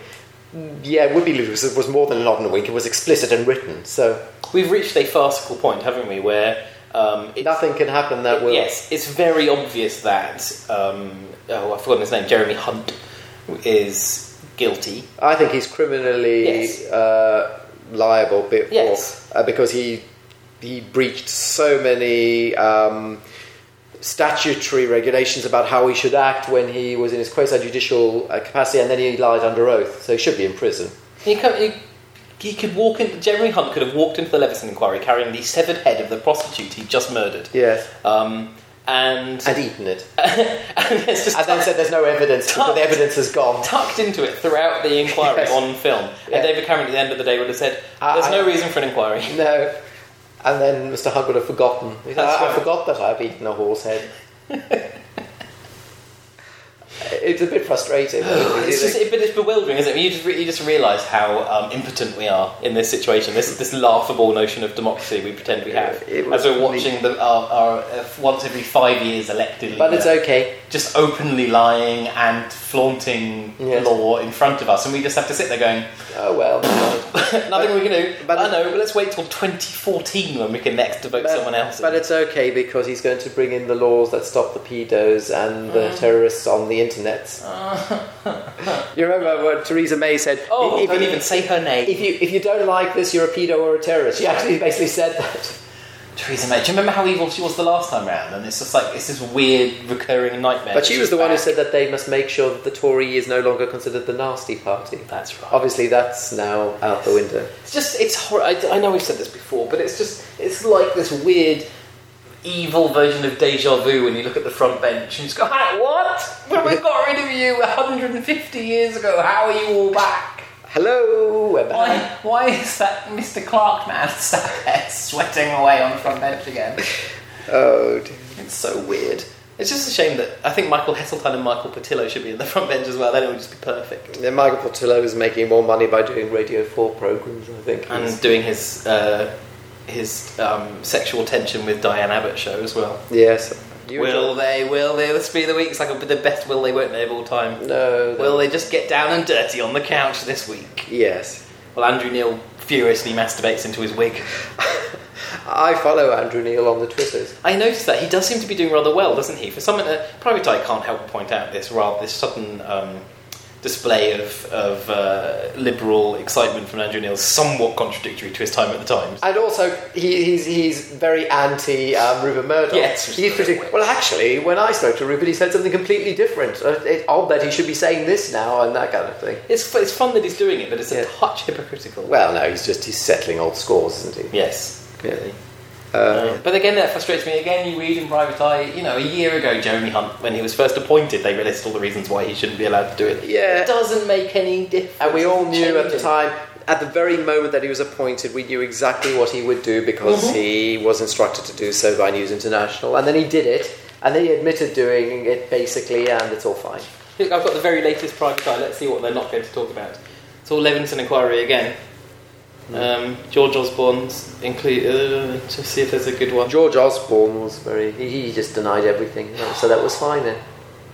S2: Yeah, it would be ludicrous. It was more than a nod and a wink. It was explicit and written. So
S1: We've reached a farcical point, haven't we, where um, it's,
S2: nothing can happen that will.
S1: yes, it's very obvious that um, oh, I've forgotten his name. Jeremy Hunt is guilty.
S2: I think he's criminally
S1: Yes.
S2: uh, liable before,
S1: Yes.
S2: uh, because he he breached so many um, statutory regulations about how he should act when he was in his quasi judicial uh, capacity, and then he lied under oath, so he should be in prison.
S1: He, come, he, he could walk in. Jeremy Hunt could have walked into the Leveson inquiry carrying the severed head of the prostitute he just murdered.
S2: Yes,
S1: Um, and,
S2: and eaten it,
S1: and it's just
S2: and then said there's no evidence, but
S1: Oh.
S2: the evidence is gone.
S1: tucked into it throughout the inquiry
S2: Yes.
S1: on film.
S2: Yeah.
S1: And David Cameron at the end of the day would have said,
S2: I-
S1: "There's
S2: I-
S1: no reason for an inquiry."
S2: No. And then Mr. Hunt would have forgotten. He said,
S1: That's
S2: "Ah, I
S1: right.
S2: forgot that I've eaten a horse head. it's a bit frustrating.
S1: It's just, it, but it's bewildering, isn't it? You just re- you just realise how um, impotent we are in this situation. This this laughable notion of democracy we pretend we have
S2: It was
S1: as we're
S2: really-
S1: watching the, our, our uh, once every five years elected leader
S2: but it's okay.
S1: just openly lying and flaunting
S2: Yes.
S1: law in front of us, and we just have to sit there going,
S2: Oh well.
S1: "Nothing we can do."
S2: but-
S1: I know, but let's wait till 2014 when we can next vote someone else. in.
S2: but it's okay because he's going to bring in the laws that stop the pedos and the
S1: Mm.
S2: terrorists on the internet. you remember what Theresa May said?
S1: oh,
S2: if,
S1: don't
S2: you,
S1: even say her name.
S2: if you if you don't like this, you're a pedo or a terrorist. She actually basically said that.
S1: Theresa May. Do you remember how evil she was the last time round? And it's just like it's this weird recurring nightmare.
S2: But she
S1: that
S2: was
S1: she's
S2: the one who
S1: back.
S2: said that they must make sure that the Tory is no longer considered the nasty party.
S1: That's right.
S2: Obviously, that's now out the window.
S1: It's just it's hor- I, I know we've said this before, but it's just it's like this weird evil version of deja vu when you look at the front bench and you just go, "Hi, what? When we got rid of you 150 years ago, how are you all back?
S2: Hello, we're
S3: Why,
S2: back.
S3: why is that Mr. Clark man sat there sweating away on the front bench again?
S2: Oh, dear.
S1: It's so weird. It's just a shame that I think Michael Heseltine and Michael Patillo should be in the front bench as well. Then it would just be perfect.
S2: Then Michael Portillo is making more money by doing Radio 4 programs, I think.
S1: And doing his uh, his um, sexual tension with Diane Abbott show as well.
S2: yes. You
S1: will they? Will they? This be the week. It's like the best will they won't they of all time.
S2: enjoy- No. the-
S1: Will they just get down and dirty on the couch this week?
S2: Yes.
S1: Well, Andrew Neil furiously masturbates into his wig.
S2: I follow Andrew Neil on the Twitters.
S1: I noticed that he does seem to be doing rather well, doesn't he? For someone, uh, Private Eye can't help but point out this rather this sudden um, display of, of uh, liberal excitement from Andrew Neil, somewhat contradictory to his time at the Times.
S2: And also, he, he's, he's very anti um, Rupert Murdoch.
S1: Yes.
S2: He's pretty, well, actually, when I spoke to Rupert, he said something completely different. Uh, It, odd that he should be saying this now and that kind of thing.
S1: It's, fu- it's fun that he's doing it, but it's a
S2: Yeah.
S1: touch hypocritical.
S2: Well, no, he's just he's settling old scores, isn't he?
S1: yes, clearly.
S2: Uh,
S1: But again, that frustrates me. Again, you read in Private Eye, you know, a year ago, Jeremy Hunt, when he was first appointed, they listed all the reasons why he shouldn't be allowed to do it.
S2: Yeah.
S1: It doesn't make any difference.
S2: And we all knew at the
S1: Changes.
S2: time, at the very moment that he was appointed, we knew exactly what he would do because
S1: Mm-hmm.
S2: he was instructed to do so by News International. And then he did it, and then he admitted doing it basically, and it's all fine.
S1: Look, I've got the very latest Private Eye. Let's see what they're not going to talk about. It's all Levinson inquiry again.
S2: Hmm.
S1: Um, George Osborne's include uh, to see if there's a good one.
S2: George Osborne was very, he, he just denied everything, so that was fine then.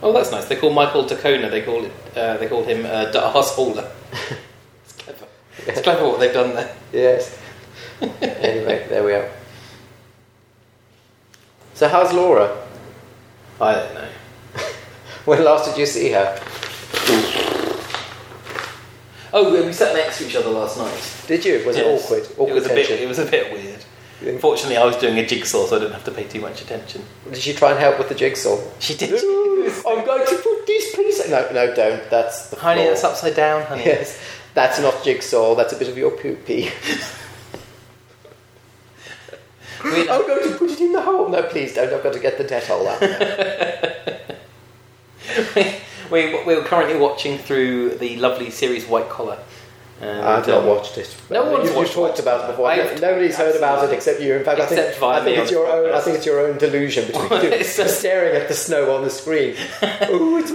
S1: Oh, that's nice. They call Michael Dacona. They call it. Uh, they call him uh, Darth Hauler. it's clever. It's clever what they've done there.
S2: Yes. anyway, there we are. So, how's Laura?
S1: I don't know.
S2: When last did you see her?
S1: Oh, we sat next to each other last night.
S2: Did you? Was
S1: Yes.
S2: it awkward? Awkward
S1: it was a
S2: tension.
S1: bit. It was a bit weird.
S2: Yeah.
S1: Fortunately, I was doing a jigsaw, so I didn't have to pay too much attention.
S2: Did she try and help with the jigsaw?
S1: She did.
S2: I'm going to put these pieces. No, no, don't. That's the
S1: honey,
S2: floor.
S1: that's upside down, honey.
S2: Yes, that's not jigsaw. That's a bit of your poopy.
S1: We-
S2: I'm going to put it in the hole. No, please don't. I've got to get the Dettol out.
S1: we, we were currently watching through the lovely series White Collar. And,
S2: I've not
S1: um,
S2: watched it.
S1: No one's
S2: you,
S1: watched
S2: you talked
S1: it.
S2: about it before.
S1: I've talked-
S2: Nobody's heard about it
S1: absolutely.
S2: except you. In fact, I
S1: Except
S2: think,
S1: via
S2: I think
S1: me
S2: it's
S1: on
S2: your
S1: the
S2: own. I
S1: podcast.
S2: think it's your own delusion between you.
S1: It's just-
S2: staring at the snow on the screen. oh, it's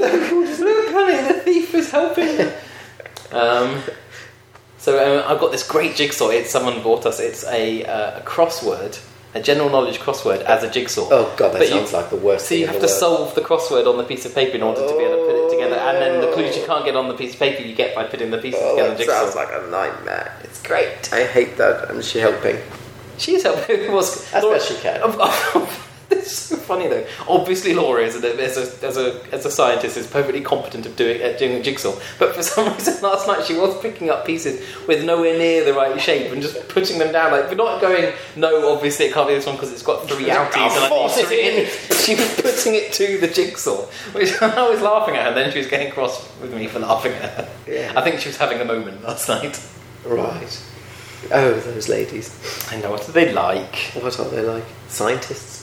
S1: Look, honey, the thief is helping. them. um, so um, I've got this great jigsaw. It's someone bought us. It's a, uh, a crossword, a general knowledge crossword as a jigsaw.
S2: Oh God, that
S1: But you-
S2: sounds like the worst.
S1: So you
S2: thing
S1: have
S2: in
S1: to
S2: the world.
S1: solve the crossword on the piece of paper in order to be able to put it together, and then the clues you
S2: Oh.
S1: can't get on the piece of paper you get by putting the pieces
S2: Oh,
S1: together. in
S2: that
S1: jigsaw.
S2: sounds like a nightmare.
S1: it's great.
S2: I hate that. And she helping.
S1: She is helping. Was
S2: As best she can.
S1: Of- of- this it's so funny though. Obviously, Laura is a, as a as a as a scientist is perfectly competent of doing at doing a jigsaw, but for some reason last night she was picking up pieces with nowhere near the right shape and just putting them down. Like we're not going. No, obviously it can't be this one because it's got three outies. And I
S2: force
S1: need
S2: it in."
S1: three. She was putting it to the jigsaw, which I was laughing at her. Then she was getting cross with me for laughing at her.
S2: Yeah.
S1: I think she was having a moment last night.
S2: Right. Oh, those ladies.
S1: I know what are they like.
S2: What are they like? Scientists.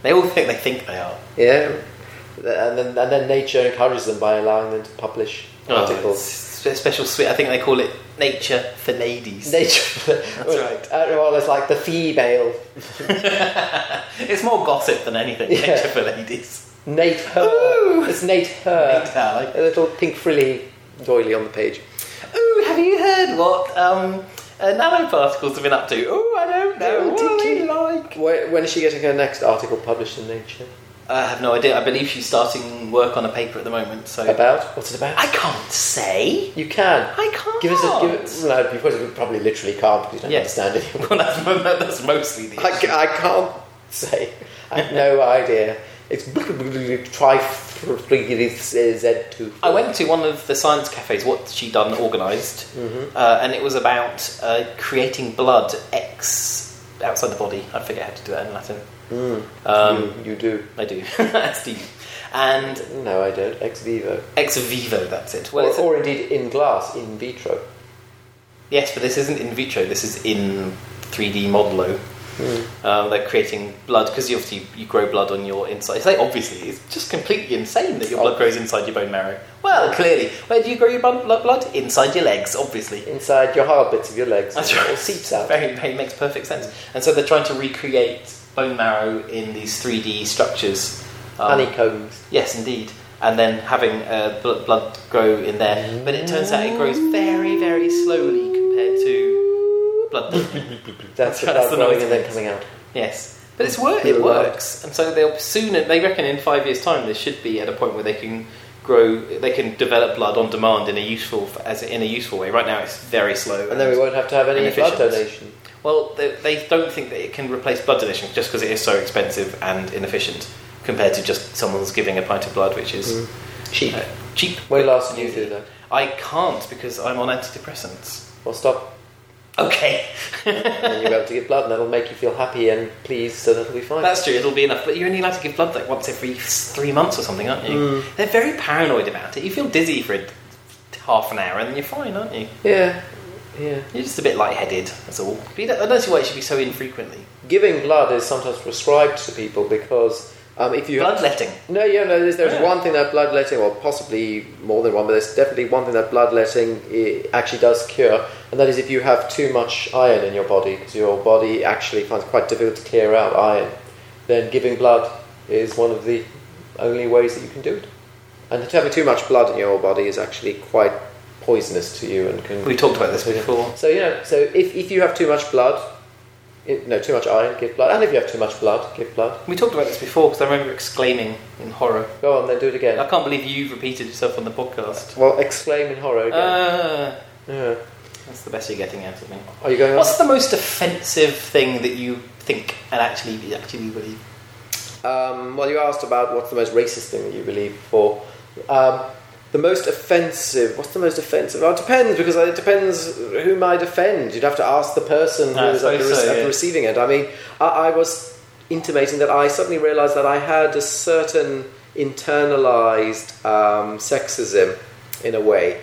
S1: They all think they think they are.
S2: Yeah. And then, and then nature encourages them by allowing them to publish
S1: Oh,
S2: articles.
S1: it's a special suite. I think they call it Nature for Ladies.
S2: Nature. That's
S1: right.
S2: well, it's like the female
S1: It's more gossip than anything.
S2: Yeah.
S1: Nature for Ladies.
S2: Nate Her.
S1: Ooh.
S2: It's Nate Her.
S1: Nate Her, like-
S2: A little pink frilly doily on the page.
S1: Ooh, have you heard what um, uh, nanoparticles have been up to? Ooh, I don't know.
S2: Oh,
S1: what are they
S2: did you?
S1: like?
S2: Wh- When is she getting her next article published in Nature?
S1: I have no idea. I believe she's starting work on a paper at the moment. So
S2: About? What's it about?
S1: I can't say.
S2: You can.
S1: I can't.
S2: Give us a. Give it, no, you probably- probably literally can't because you don't
S1: Yeah.
S2: understand it.
S1: Well, that's, that's mostly the.
S2: I, ca- I can't say. I have no idea. It's trifriz2.
S1: I went to one of the science cafes, what she done organised, uh, and it was about uh, creating blood ex outside the body. I forget how to do that in Latin. Um,
S2: you, you do.
S1: I do. That's the- And
S2: No, I don't. Ex vivo.
S1: ex vivo, that's it. Well,
S2: Or,
S1: it's a-
S2: or indeed in glass, in vitro.
S1: yes, but this isn't in vitro, this is in 3D modello. Um, they're creating blood because obviously you grow blood on your inside. It's like obviously it's just completely insane that your blood grows inside your bone marrow. Well, clearly, where do you grow your blood? blood? Inside your legs, obviously.
S2: Inside your hard bits of your legs.
S1: That's
S2: It
S1: right.
S2: all seeps out.
S1: Very, very makes perfect sense. And so they're trying to recreate bone marrow in these 3D structures. Um,
S2: Honeycombs.
S1: Yes, indeed. And then having uh, bl- blood grow in there. But it turns out it grows very, very slowly compared to blood.
S2: That's,
S1: That's
S2: about
S1: the
S2: growing
S1: noise
S2: and
S1: it
S2: then
S1: makes.
S2: coming out.
S1: yes. But it's wor- it works. And so they'll soon, they reckon in five years' time, they should be at a point where they can grow, they can develop blood on demand in a useful, as in a useful way. Right now it's very slow.
S2: And then we won't have to have any blood
S1: Inefficient.
S2: donation.
S1: Well, they, they don't think that it can replace blood donation just because it is so expensive and inefficient compared to just someone's giving a pint of blood, which is
S2: Cheap.
S1: uh, cheap.
S2: When last did you do that?
S1: I can't because I'm on antidepressants.
S2: Well, stop.
S1: Okay,
S2: And then you'll be able to get blood and that'll make you feel happy and pleased, so that'll be fine.
S1: that's true. It'll be enough, but you're only allowed to give blood like once every three months or something, aren't you? They're very paranoid about it. You feel dizzy for a, half an hour and then you're fine, aren't you?
S2: yeah. Yeah.
S1: You're just a bit lightheaded. That's all. But you don't- I don't see why it should be so infrequently.
S2: Giving blood is sometimes prescribed to people because um, if you
S1: Bloodletting.
S2: No, yeah, no. There's, there's
S1: Yeah.
S2: one thing that bloodletting, or possibly more than one, but there's definitely one thing that bloodletting i actually does cure, and that is if you have too much iron in your body, because your body actually finds it quite difficult to clear out iron, then giving blood is one of the only ways that you can do it. And having too much blood in your body is actually quite poisonous to you and can
S1: We talked about this before.
S2: so you know, so if, if you have too much blood, i no, too much iron, give blood, and if you have too much blood, give blood.
S1: We talked about this before because I remember exclaiming in horror.
S2: Go on, then do it again.
S1: I can't believe you've repeated yourself on the podcast.
S2: Well, exclaim in horror again.
S1: Ah,
S2: yeah.
S1: that's the best you're getting out of me.
S2: Are you going on?
S1: What's the most offensive thing that you think and actually actually believe?
S2: Um, well, you asked about what's the most racist thing that you believe for. Um, the most offensive. What's the most offensive? Well, it depends because it depends whom I defend. You'd have to ask the person who
S1: I
S2: is at the,
S1: suppose
S2: re-
S1: so,
S2: at the
S1: yeah.
S2: receiving end. I mean, I, I was intimating that I suddenly realised that I had a certain internalised um, sexism in a way,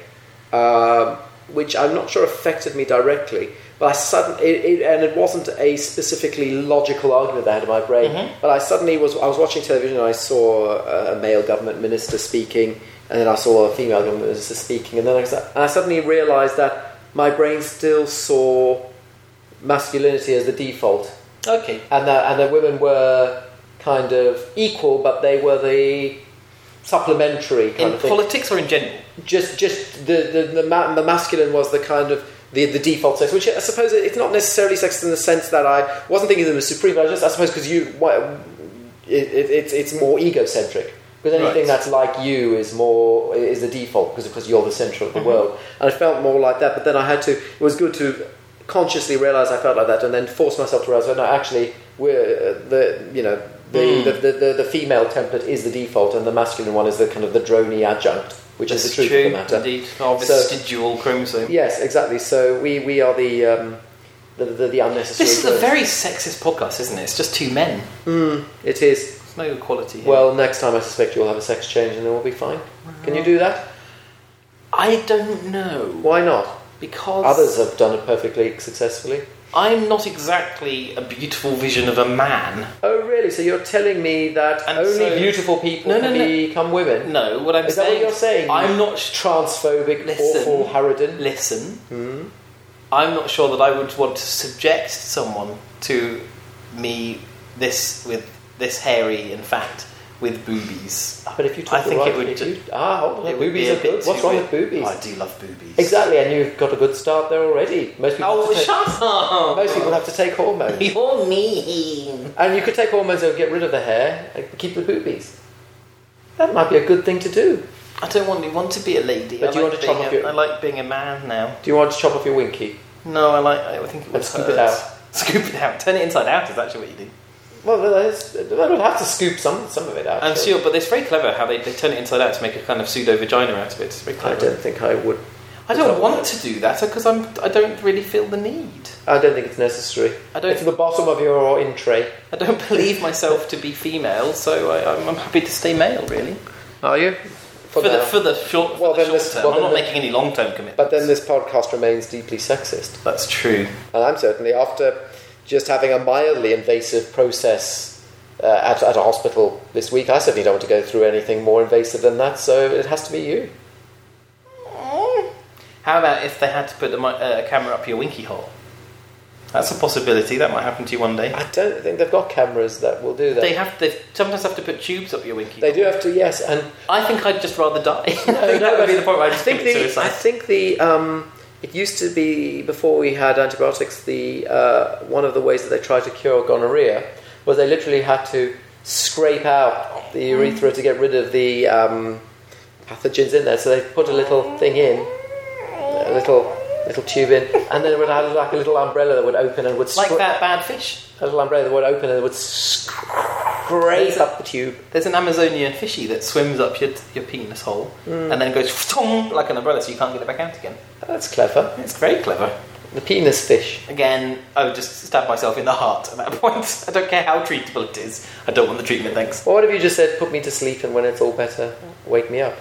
S2: um, which I'm not sure affected me directly. But I suddenly, it, it, and it wasn't a specifically logical argument that I had in my brain. But I suddenly was, I was watching television and I saw a, a male government minister speaking, and then I saw a female government minister speaking, and then I, was- and I suddenly realised that my brain still saw masculinity as the default,
S1: Okay,
S2: and that and that women were kind of equal, but they were the supplementary kind
S1: in
S2: of thing.
S1: politics or in general?
S2: just just the the the, ma- the masculine was the kind of the, the default sex, which I suppose it's not necessarily sexist in the sense that I wasn't thinking of them as supreme. But I just I suppose because you why, it, it, it's it's more egocentric because anything
S1: Right.
S2: that's like you is more is the default because of course you're the centre of the world. And I felt more like that, but then I had to. It was good to consciously realise I felt like that, and then force myself to realise, oh, no, actually, we're uh, the you know The, the, the, the, the female template is the default, and the masculine one is the kind of the drony adjunct, which
S1: This
S2: is
S1: is
S2: the truth
S1: true,
S2: of the matter.
S1: indeed. Our
S2: So-
S1: vestigial chromosome.
S2: Yes, exactly. So we, we are the, um, the, the the unnecessary.
S1: This is a
S2: birds.
S1: very sexist podcast, isn't it? It's just two men.
S2: It is.
S1: There's no equality. Here.
S2: Well, next time I suspect you'll have a sex change, and then we'll be fine. Can you do that?
S1: I don't know
S2: Why not?
S1: because
S2: Others have done it perfectly successfully.
S1: I'm not exactly a beautiful vision of a man.
S2: Oh, really? So you're telling me that
S1: And
S2: only
S1: so-
S2: beautiful people
S1: No, no,
S2: can
S1: no.
S2: become women?
S1: No, what I'm
S2: Is that
S1: saying
S2: what you're saying?
S1: I'm not sh-
S2: Transphobic,
S1: Listen.
S2: awful, harridan.
S1: listen. I'm not sure that I would want to subject someone to me this with this hairy and fat with boobies.
S2: But if you talk
S1: I think
S2: the right
S1: it would
S2: if
S1: ju-
S2: you- ah, hold on,
S1: It would
S2: boobies
S1: be a
S2: are good.
S1: bit
S2: What's
S1: too
S2: wrong
S1: weird.
S2: with boobies?
S1: I do love boobies.
S2: Exactly, and you've got a good start there already. Most people,
S1: Oh,
S2: have, to take,
S1: shut up!
S2: most people have to take hormones,
S1: You're mean.
S2: and you could take hormones that would get rid of the hair, and keep the boobies. That might be a good thing to do.
S1: I don't want, want to be a lady.
S2: But
S1: I
S2: do you
S1: like
S2: want to
S1: being
S2: chop off
S1: a-
S2: your-
S1: I like being a man now.
S2: Do you want to chop off your winky?
S1: No, I like. I think it would
S2: Let's scoop
S1: hurt.
S2: it out.
S1: Scoop it out. Turn it inside out is actually what you do.
S2: Well, that's, I would have to scoop some some of it out.
S1: I'm
S2: surely.
S1: sure, but it's very clever how they, they turn it inside out to make a kind of pseudo vagina out of it. It's very
S2: I
S1: clever.
S2: don't think I would.
S1: I don't want to do that because I'm. I don't really feel the need.
S2: I don't think it's necessary.
S1: I don't-
S2: It's the bottom of your in tray.
S1: I don't believe myself to be female, so I, I'm, I'm happy to stay male. Really,
S2: Are you?
S1: for,
S2: For,
S1: the
S2: now.
S1: for the short,
S2: Well,
S1: for the
S2: then
S1: short
S2: this-
S1: term.
S2: well,
S1: I'm
S2: then
S1: not
S2: the-
S1: making any long term commitments.
S2: but then this podcast remains deeply sexist,
S1: that's true.
S2: and I'm certainly after just having a mildly invasive process. Uh, at, at a hospital this week, I certainly don't want to go through anything more invasive than that, so it has to be you. Mm.
S1: How about if they had to put a, mi- uh, a camera up your winky hole? That's a possibility. That might happen to you one day.
S2: I don't think they've got cameras that will do that.
S1: They have. They sometimes have to put tubes up your winky.
S2: They
S1: hole.
S2: do have to, yes, and
S1: I think I'd just rather die. I think
S2: no,
S1: that would be
S2: but
S1: the point where I
S2: I
S1: just
S2: think
S1: commit
S2: the, I
S1: suicide.
S2: think the um, it used to be before we had antibiotics. The uh, one of the ways that they tried to cure gonorrhea was they literally had to scrape out the urethra to get rid of the um, pathogens in there. So they put a little thing in, a little little tube in, and then it would have like a little umbrella that would open and would
S1: like
S2: scra-
S1: that bad fish.
S2: A little umbrella that would open and it would scrape up the tube.
S1: There's an Amazonian fishy that swims up your, your penis hole and then goes thong like an umbrella, so you can't get it back out again.
S2: That's clever.
S1: It's very clever.
S2: The penis fish.
S1: Again, I would just stab myself in the heart at that point. I don't care how treatable it is. I don't want the treatment, thanks.
S2: Well, what if you just said, put me to sleep and when it's all better, wake me up?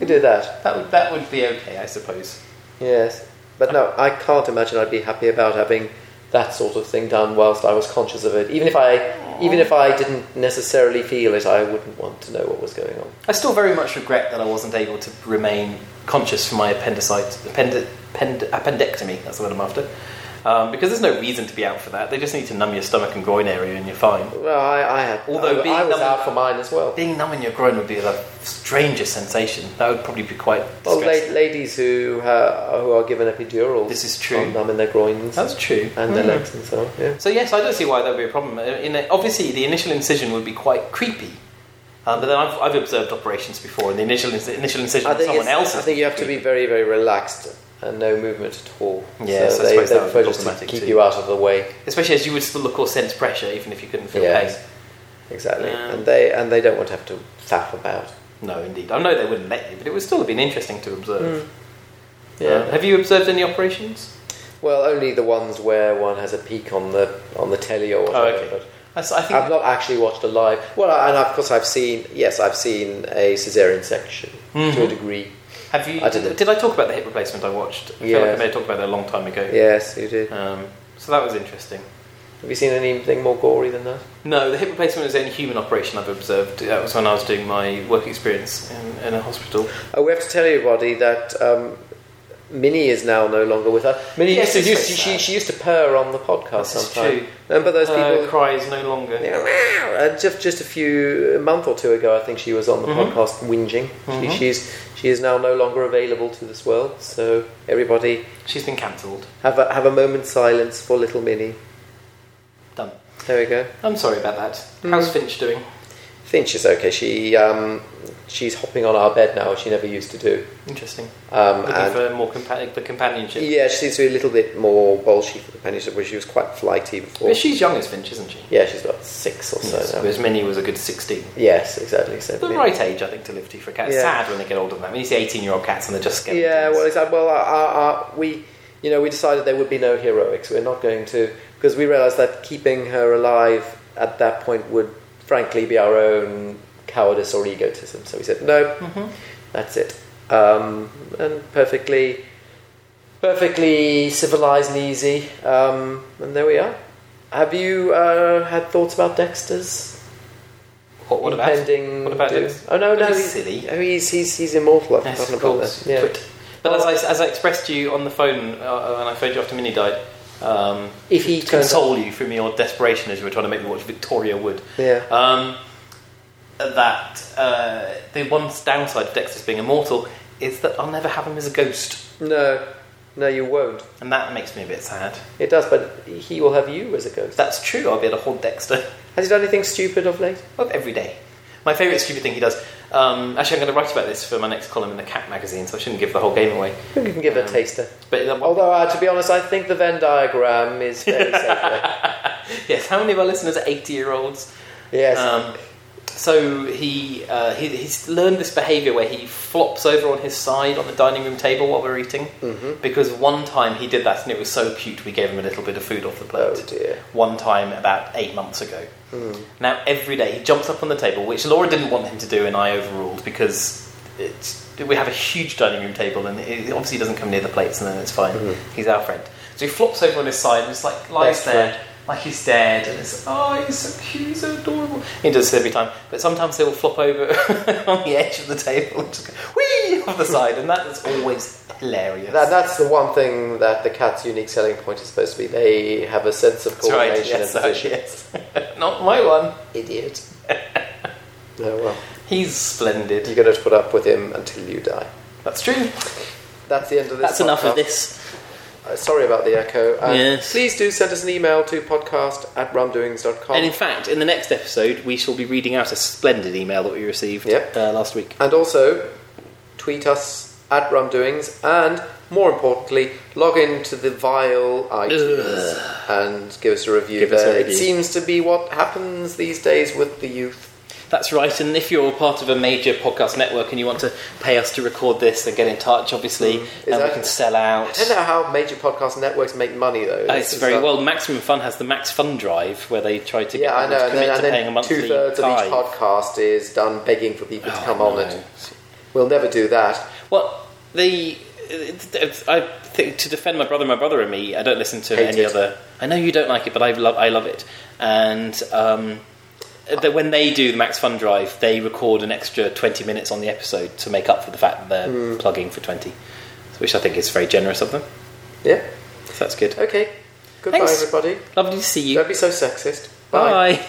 S2: You do that,
S1: That would that would be okay, I suppose.
S2: yes. But no, I can't imagine I'd be happy about having that sort of thing done whilst I was conscious of it. Even if I, even if I didn't necessarily feel it, I wouldn't want to know what was going on.
S1: I still very much regret that I wasn't able to remain conscious for my appendicite, append, append, appendectomy. That's the word I'm after. Um, because there's no reason to be out for that. They just need to numb your stomach and groin area, and you're fine.
S2: Well, I, I had,
S1: Although
S2: I,
S1: being
S2: I was
S1: numb-
S2: out for mine as well.
S1: Being numb in your groin would be the strangest sensation. That would probably be quite.
S2: Well, la-
S1: distressing.
S2: ladies who uh, who are given epidurals,
S1: This is true.
S2: are numb in their groins
S1: That's true.
S2: and their
S1: Mm.
S2: legs and so on. Yeah.
S1: So yes, I don't see why that would be a problem. Uh, In a, obviously, the initial incision would be quite creepy, um, but then I've, I've observed operations before, and the initial inci- initial incision
S2: I
S1: of
S2: think,
S1: someone
S2: it's-
S1: else.
S2: I
S1: is
S2: think you have to be
S1: creepy.
S2: very, very relaxed and no movement at all.
S1: Yeah, so I
S2: they,
S1: suppose
S2: they
S1: that would be
S2: prefer just to
S1: problematic
S2: keep
S1: too.
S2: you out of the way.
S1: especially as you would still, of course, sense pressure even if you couldn't feel
S2: Yeah.
S1: pain.
S2: Exactly,
S1: Um,
S2: and they and they don't want to have to faff about.
S1: No, indeed. I know they wouldn't let you, but it would still have been interesting to observe. Uh,
S2: Mm, Yeah.
S1: have you observed any operations?
S2: Well, only the ones where one has a peek on the on the telly or whatever.
S1: Oh, okay.
S2: but
S1: I, s- I think
S2: I've not actually watched a live. Well, I- and of course I've seen. Yes, I've seen a cesarean section to a
S1: Mhm.
S2: degree.
S1: Have you?
S2: I
S1: did,
S2: didn't.
S1: did I talk about the hip replacement I watched? I feel like
S2: Yeah.
S1: I may have talked about that a long time ago.
S2: Yes, you did.
S1: Um, so that was interesting.
S2: Have you seen anything more gory than that?
S1: No, the hip replacement was the only human operation I've observed. That was when I was doing my work experience in, in a hospital.
S2: Oh, we have to tell everybody that um, Minnie is now no longer with us. Minnie
S1: Yes,
S2: used to
S1: it's
S2: used,
S1: very
S2: she,
S1: sad.
S2: she used to purr on the podcast
S1: This is
S2: sometimes.
S1: true.
S2: Remember those
S1: Uh, Her
S2: people?
S1: cries no longer.
S2: Uh, just just a few a month or two ago, I think she was on the
S1: Mhm.
S2: podcast whinging.
S1: Mhm.
S2: She, she's she is now no longer available to this world. So everybody,
S1: She's been cancelled.
S2: have a have a moment's silence for little Minnie.
S1: Done.
S2: There we go. Mm.
S1: I'm sorry about that. How's Finch doing?
S2: Finch is okay. She um, she's hopping on our bed now, which she never used to do.
S1: Interesting.
S2: Um,
S1: Looking
S2: and
S1: for more compa- for companionship.
S2: yeah, she seems to be a little bit more bolshy for companionship, where she was quite flighty before.
S1: But she's young as Finch, isn't she?
S2: yeah, she's about six or so
S1: Yes,
S2: now.
S1: whereas Minnie was a good 16.
S2: Yes, exactly. So
S1: The right age, I think, to live to for a cat. It's
S2: Yeah.
S1: sad when they get older than that. When you see 18 year old cats and they're just skeletons.
S2: Yeah, well, exactly. Well, our, our, our, we, you know, we decided there would be no heroics. We're not going to because we realised that keeping her alive at that point would, frankly, be our own cowardice or egotism. So we said no,
S1: Mm-hmm.
S2: that's it. Um, and perfectly, perfectly civilized and easy. Um, and there we are. Have you uh, had thoughts about Dexter's
S1: what, what about?
S2: impending?
S1: What about
S2: doom?
S1: Dex-
S2: Oh no,
S1: Don't
S2: no,
S1: be
S2: he's,
S1: silly.
S2: oh, he's he's he's immortal. I've
S1: Yes,
S2: forgotten
S1: of
S2: about
S1: course.
S2: that. Yeah.
S1: Twit. But as I, as I expressed to you on the phone uh, when I phoned you after Minnie died, um,
S2: If he turns
S1: console you from your desperation as you were trying to make me watch Victoria Wood.
S2: Yeah.
S1: Um, that uh, the one downside of Dexter's being immortal is that I'll never have him as a ghost,
S2: No, no, you won't.
S1: and that makes me a bit sad.
S2: It does, but he will have you as a ghost.
S1: That's true. I'll be able to haunt Dexter.
S2: Has he done anything stupid of late?
S1: Well, every day. My favourite stupid thing he does. Um, actually, I'm going to write about this for my next column in the Cat magazine, so I shouldn't give the whole game away.
S2: You can give a
S1: Um,
S2: taster.
S1: But uh,
S2: Although, uh, to be honest, I think the Venn diagram is fairly safe there.
S1: yes, how many of our listeners are 80 year olds?
S2: Yes.
S1: Um, so he, uh, he he's learned this behaviour where he flops over on his side on the dining room table while we're eating.
S2: Mhm.
S1: Because one time he did that and it was so cute, we gave him a little bit of food off the plate.
S2: Oh dear.
S1: One time about eight months ago.
S2: Mm.
S1: Now every day he jumps up on the table, which Laura didn't want him to do, and I overruled because it's, we have a huge dining room table, and it obviously doesn't come near the plates, and then it's fine.
S2: Mhm.
S1: He's our friend, so he flops over on his side and just like lies
S2: Best
S1: there,
S2: friend.
S1: like he's dead, and it's oh he's so cute, he's so adorable. He does this every time, but sometimes they will flop over on the edge of the table and just go whee off the side, and that is always hilarious.
S2: That, that's the one thing that the cat's unique selling point is supposed to be. They have a sense of
S1: That's right,
S2: coordination
S1: yes,
S2: and
S1: sorry,
S2: position.
S1: yes. not my one.
S2: Idiot. oh well.
S1: He's splendid.
S2: You're going to have to put up with him until you die.
S1: That's true.
S2: That's the end of this.
S1: That's enough of
S2: podcast.
S1: this.
S2: Uh, sorry about the echo. Uh,
S1: Yes.
S2: Please do send us an email to podcast at rumdoings.com.
S1: And in fact, in the next episode, we shall be reading out a splendid email that we received
S2: Yep.
S1: uh, last week.
S2: And also, tweet us at rumdoings and, more importantly, log into the vile iTunes and give us a review
S1: Give us a
S2: there.
S1: review.
S2: It seems to be what happens these days with the youth.
S1: That's right. And if you're part of a major podcast network and you want to pay us to record this, then get in touch. Obviously, and we
S2: Exactly.
S1: can sell out.
S2: I don't know how major podcast networks make money, though.
S1: Uh,
S2: This
S1: it's
S2: is
S1: very
S2: not-
S1: well. Maximum Fun has the Max Fun Drive, where they try to get
S2: Yeah, I
S1: people
S2: know.
S1: to
S2: And
S1: commit
S2: then,
S1: to
S2: and
S1: paying a
S2: then
S1: monthly
S2: two thirds of
S1: tithe.
S2: each podcast is done begging for people to
S1: Oh,
S2: come on
S1: no.
S2: it. We'll never do that.
S1: Well, the I think to defend my brother, my brother and me, I don't listen to
S2: Hate
S1: any
S2: it.
S1: other. I know you don't like it, but I love I love it. And um, that when they do the Max Fun Drive, they record an extra twenty minutes on the episode to make up for the fact that they're
S2: Hmm.
S1: plugging for twenty, which I think is very generous of them.
S2: Yeah.
S1: So that's good.
S2: Okay. Goodbye,
S1: Thanks.
S2: everybody.
S1: Lovely to see you.
S2: Don't be so sexist.
S1: Bye.